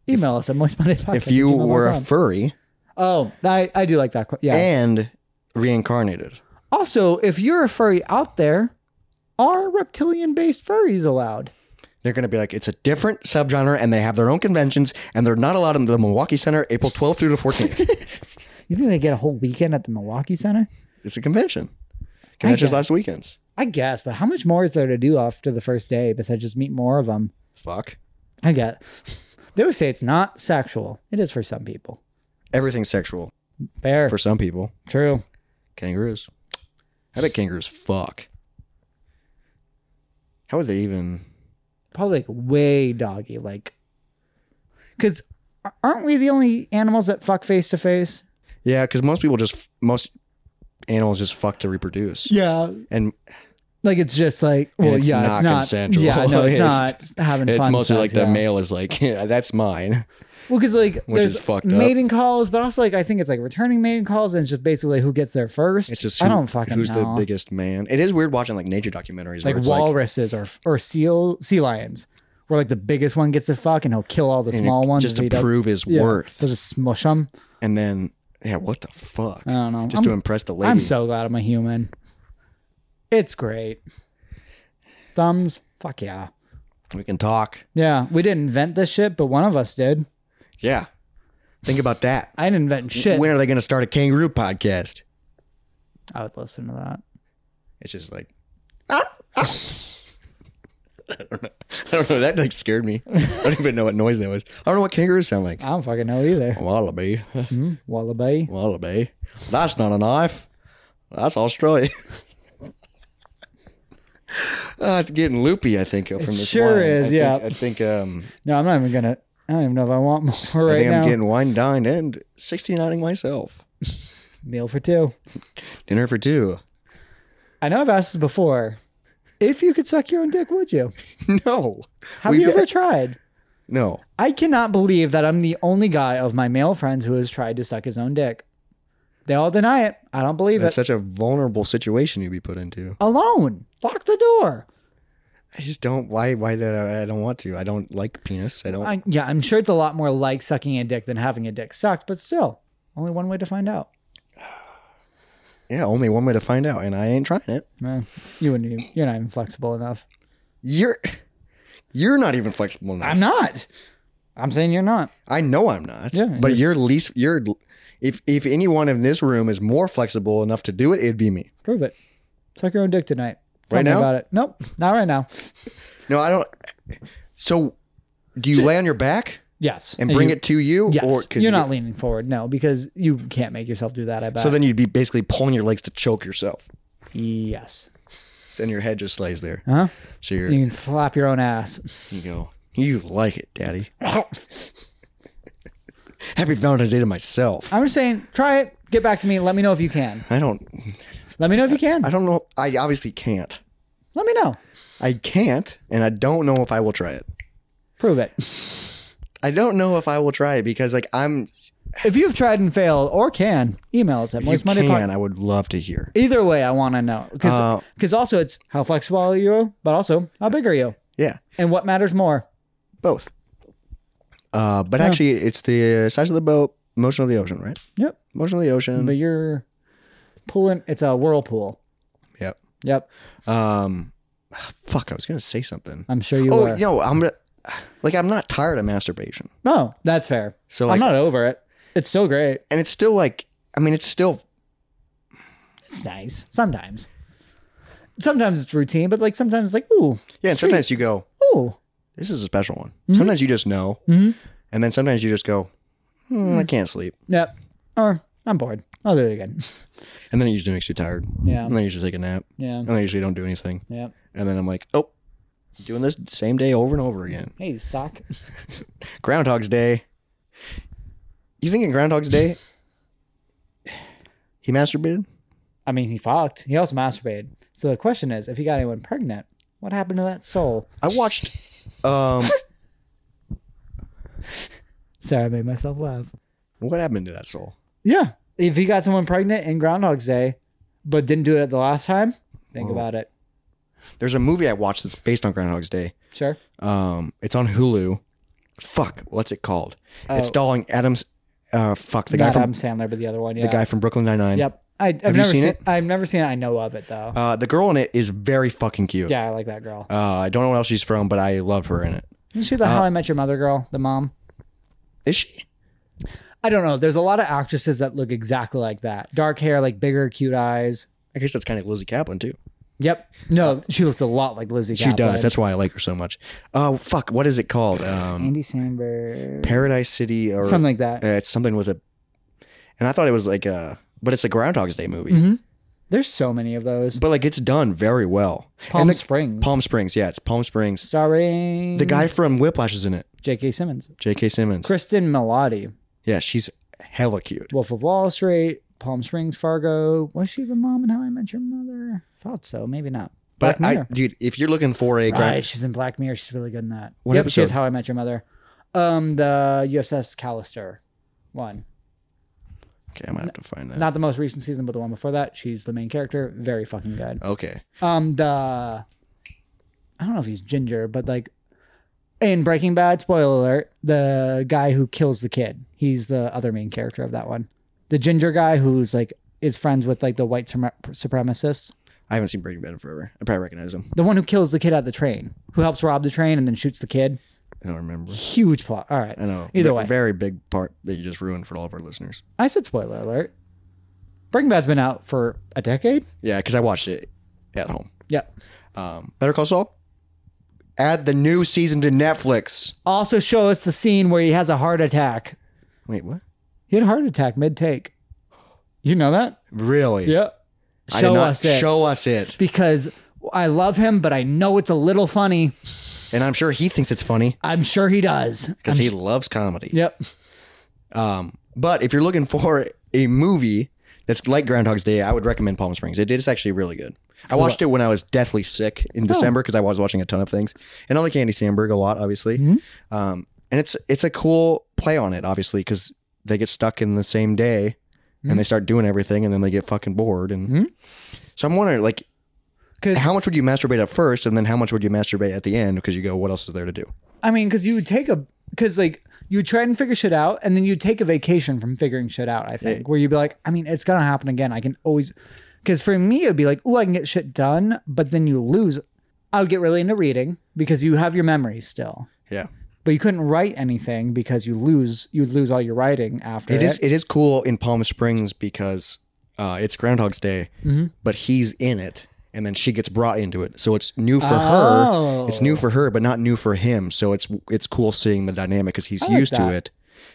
Email us at moistmondaypodcast. if you were a furry Oh, I, I do like that. que- Yeah. and reincarnated? also, if you're a furry out there, are reptilian based furries allowed? They're going to be like, it's a different subgenre and they have their own conventions and they're not allowed in the Milwaukee Center April 12th through the 14th. You think they get a whole weekend at the Milwaukee Center? it's a convention. Conventions get it. last weekends. I guess, but how much more is there to do after the first day besides just meet more of them? Fuck. I get. They would say it's not sexual. It is for some people. Everything's sexual Fair. for some people. True. Kangaroos. I bet kangaroos fuck. How would they even. Probably like way doggy. Like, because aren't we the only animals that fuck face to face? Yeah, because most people just. Most animals just fuck to reproduce. Yeah. And Like it's just like well it's yeah not it's not consensual. yeah no it's, It's- not having it's fun mostly sex, like the yeah. male is like, yeah, that's mine. well because like which there's is fucked up. mating calls but also like I think it's like returning mating calls and it's just basically who gets there first It's just I who- don't fucking who's know the biggest man. It is weird watching like nature documentaries where like it's walruses or or seal sea lions where like the biggest one gets to fuck and he'll kill all the and small it- ones just if to he doesn't- prove his yeah, worth. they'll just smush them And then yeah, what the fuck? I don't know Just to Um, I'm, impress the lady. I'm so glad I'm a human it's great thumbs fuck yeah we can talk. yeah we didn't invent this shit but one of us did Yeah. Think about that. I didn't invent shit When are they going to start a kangaroo podcast? I would listen to that. It's just like I don't know. That like scared me. I don't even know what noise that was. I don't know what kangaroos sound like. I don't fucking know either. Oh. Wallaby, Hmm? Wallaby. wallaby. That's not a knife. That's Australia. Uh, it's getting loopy, I think, from It this sure wine. is, I yeah. Think, I think um, No, I'm not even gonna. I don't even know if I want more I right think now. I'm getting wine dined and 69ing myself. Meal for two. Dinner for two. I know I've asked this before. If you could suck your own dick, would you? No. Have We've- you ever tried? No. I cannot believe that I'm the only guy of my male friends who has tried to suck his own dick. They all deny it. I don't believe That's it. such a vulnerable situation you'd be put into. Alone. Lock the door. I just don't. Why? Why did I? I don't want to. I don't like penis. I don't. I, yeah, I'm sure it's a lot more like sucking a dick than having a dick sucked, but still, only one way to find out. yeah, only one way to find out, and I ain't trying it. Man, you wouldn't. Even, you're not even flexible enough. You're, you're not even flexible enough. I'm not. I'm saying you're not. I know I'm not. Yeah, but it's- you're least. You're. If if anyone in this room is more flexible enough to do it, it'd be me. Prove it. Suck your own dick tonight. Tell Right me now? about it. Nope, not right now. No, I don't. So, do you lay on your back Yes, and bring you- it to you? Yes, or, 'cause you're you- not leaning forward. No, because you can't make yourself do that. I bet. So then you'd be basically pulling your legs to choke yourself, yes. and your head just lays there. Huh? So you're, You can slap your own ass. you go. You like it, Daddy. Happy Valentine's Day to myself. I'm just saying, try it. Get back to me. Let me know if you can. I don't. Let me know if you can. I don't know. I obviously can't. Let me know. I can't, and I don't know if I will try it. Prove it. I don't know if I will try it because, like, I'm. If you've tried and failed or can, email us at If Moist you Monday Pod- can, I would love to hear. Either way, I want to know Uh, because also it's how flexible are you, but also how big are you, Yeah, and what matters more. both. Uh, but actually, it's the size of the boat, motion of the ocean, right? Yep. Motion of the ocean. But you're pulling. It's a whirlpool. yep. Yep. Um, fuck, I was gonna say something. I'm sure Uh, you Oh, are. yo, I'm like, I'm not tired of masturbation. No, that's fair. So I'm like, not over it. It's still great. and it's still like, I mean, it's still It's nice sometimes. Sometimes it's routine, but like sometimes like ooh yeah. And sometimes you go, ooh this is a special one. Mm-hmm. Sometimes you just know, and then sometimes you just go, "Hmm, Mm. I can't sleep, yep or I'm bored. I'll do it again. and then it usually makes you tired. Yeah. and then I usually take a nap, Yeah. and I usually don't do anything, Yep. and then I'm like, oh, doing this same day over and over again. Hey, sock. Groundhog's Day. You think in Groundhog's Day, he masturbated? I mean, he fucked. He also masturbated. So the question is, if he got anyone pregnant, what happened to that soul? I watched. Um, Sorry, I made myself laugh. what happened to that soul? Yeah. If he got someone pregnant in Groundhog's Day, but didn't do it at the last time, think about it. There's a movie I watched that's based on Groundhog's Day. Sure. Um, it's on Hulu. Fuck, what's it called? It's starring Adams. Uh, fuck the guy Oh. Not from Adam Sandler, but the other one. Yeah. the guy from Brooklyn Nine Nine. Yep. I, I've Have you never seen it? I've never seen it. I know of it though. Uh, the girl in it is very fucking cute. yeah, I like that girl. Uh, Uh, I don't know what else she's from, but I love her in it. Isn't she the How I Met Your Mother girl, the mom? Is she? I don't know. There's a lot of actresses that look exactly like that. Dark hair, like bigger, cute eyes. I guess that's kind of Lizzie Kaplan too. Yep. No, she looks a lot like Lizzie. She does. That's why I like her so much. Oh fuck, what is it called? Um, Andy Samberg. Paradise City or Something like that. Uh, it's something with a. And I thought it was like a, but it's a Groundhog's Day movie. Mm-hmm. There's so many of those. But like it's done very well. Palm And the- Springs. Palm Springs, yeah, it's Palm Springs. Starring The guy from Whiplash is in it. J.K. Simmons. J.K. Simmons. Kristen Milotti, Yeah, she's hella cute. Wolf of Wall Street, Palm Springs, Fargo. Was she the mom in How I Met Your Mother? Thought so, maybe not. Black But I, Mirror. dude, if you're looking for a right, ground, she's in Black Mirror. She's really good in that. What yep, she is episode? How I Met Your Mother. Um, the USS Callister one. okay, I might have to find that. Not the most recent season, but the one before that. She's the main character. Very fucking good. okay, Um, the I don't know if he's ginger, but like in Breaking Bad, spoiler alert, the guy who kills the kid, he's the other main character of that one. The ginger guy who's like is friends with like the white suprem- supremacists, I haven't seen Breaking Bad in forever. I probably recognize him. the one who kills the kid at the train, who helps rob the train and then shoots the kid. I don't remember. Huge plot. All right, I know. Either Ve- way, very big part that you just ruined for all of our listeners. I said spoiler alert. Breaking Bad's been out for a decade. Yeah, because I watched it at home. Yep. Um, Better Call Saul. Add the new season to Netflix. Also, show us the scene where he has a heart attack. Wait, what? He had a heart attack mid take. You know that? Really? Yep. I did Show not- us it. Show us it. because I love him, but I know it's a little funny. And I'm sure he thinks it's funny I'm sure he does. because I'm he su- loves comedy. Yep. Um, but if you're looking for a movie that's like Groundhog's Day, I would recommend Palm Springs. It is actually really good. I watched it when I was deathly sick in December because I was watching a ton of things, and I like Andy Samberg a lot, obviously. Um, and it's it's a cool play on it, obviously, because they get stuck in the same day, and they start doing everything and then they get fucking bored and so I'm wondering like Because how much would you masturbate at first and then how much would you masturbate at the end because you go what else is there to do? I mean, because you would take a because like you try and figure shit out, and then you take a vacation from figuring shit out. I think where you'd be like, I mean, it's gonna happen again. I can always because for me it'd be like, oh, I can get shit done, but then you lose. I would get really into reading because you have your memories still, Yeah. but you couldn't write anything because you lose you'd lose all your writing after It is it is cool in Palm Springs because uh, it's Groundhog's Day, Mm-hmm. but he's in it, and then she gets brought into it. So it's new for Oh. her. It's new for her, but not new for him. So it's it's cool seeing the dynamic because he's like used to that. it,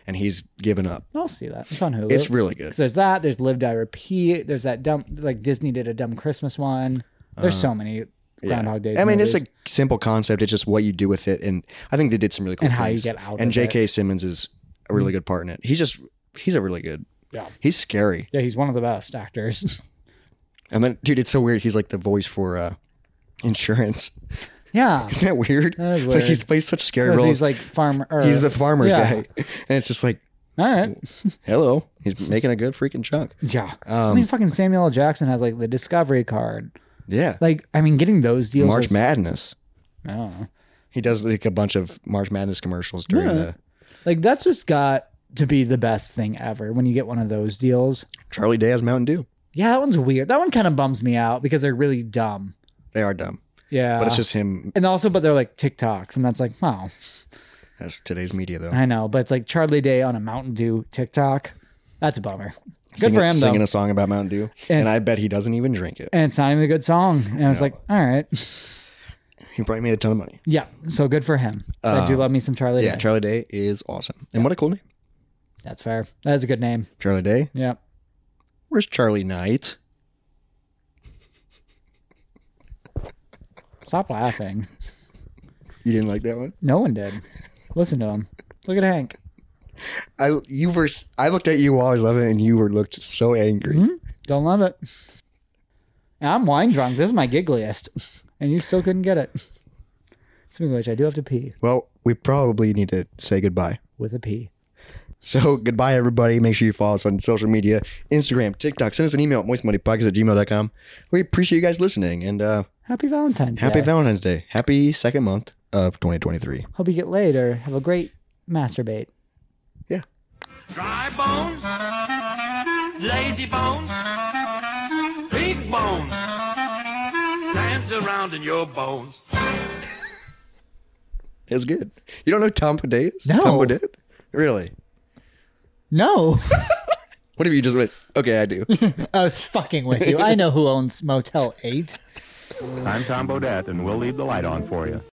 and he's given up. I'll see that it's on Hulu. It's really good. So there's that. There's Live Die Repeat. There's that dumb like Disney did a dumb Christmas one. There's so many Groundhog Days. Uh, I mean, movies. it's a simple concept. It's just what you do with it, and I think they did some really cool And things. how you get out And of J.K. it. Mm-hmm. Simmons is a really good part in it. He's just he's a really good. Yeah. He's scary. yeah. He's one of the best actors. And then, dude, it's so weird. He's like the voice for uh, insurance. yeah, Isn't that weird? That is Like weird. he's plays such scary because roles. he's He's, like farmer. or- the farmer's Yeah. guy, and it's just like, All right. hello, he's making a good freaking chunk. Yeah. I Um, mean, fucking Samuel L. Jackson has like the Discovery card. Yeah, Like, I mean, getting those deals. March is- Madness. I don't know. He does like a bunch of March Madness commercials during Yeah. the Like that's just got to be the best thing ever when you get one of those deals. Charlie Day has Mountain Dew. Yeah, that one's weird. That one kind of bums me out because they're really dumb. They are dumb, Yeah. but it's just him and also, but they're like TikToks, and that's like, oh, wow, as today's media though. I know, but it's like Charlie Day on a Mountain Dew TikTok. That's a bummer. Good Singing- for him though. singing a song about Mountain Dew, and I bet he doesn't even drink it. and it's not even a good song. And I was like, all right, He probably made a ton of money. yeah. So good for him. I do love me some Charlie Um, Yeah, Day. Charlie Day is awesome, and what a cool name, That's fair. That's a good name. Charlie Day. Yeah. Where's Charlie Knight? Stop laughing. You didn't like that one. No one did. Listen to him. Look at Hank. I you were s- I looked at you while I was loving it, and you were looked so angry. Don't love it. And I'm wine drunk. This is my giggliest. And you still couldn't get it. Speaking of which, I do have to pee Well, we probably need to say goodbye. with a P. So goodbye, everybody. Make sure you follow us on social media, Instagram, TikTok. Send us an email at moistmoneypodcast at gmail.com. We appreciate you guys listening and uh, Happy Valentine's happy Day. Valentine's Day. Happy second month of 2023. Hope you get laid or have a great masturbate. Yeah. Dry bones, lazy bones, big bones, dance around in your bones. It was good. You don't know Tom Podette? is? No. Tom Podette? Really? No. What if you just went, okay, I do. I was fucking with you. I know who owns Motel 8. I'm Tom Bodette, and we'll leave the light on for you.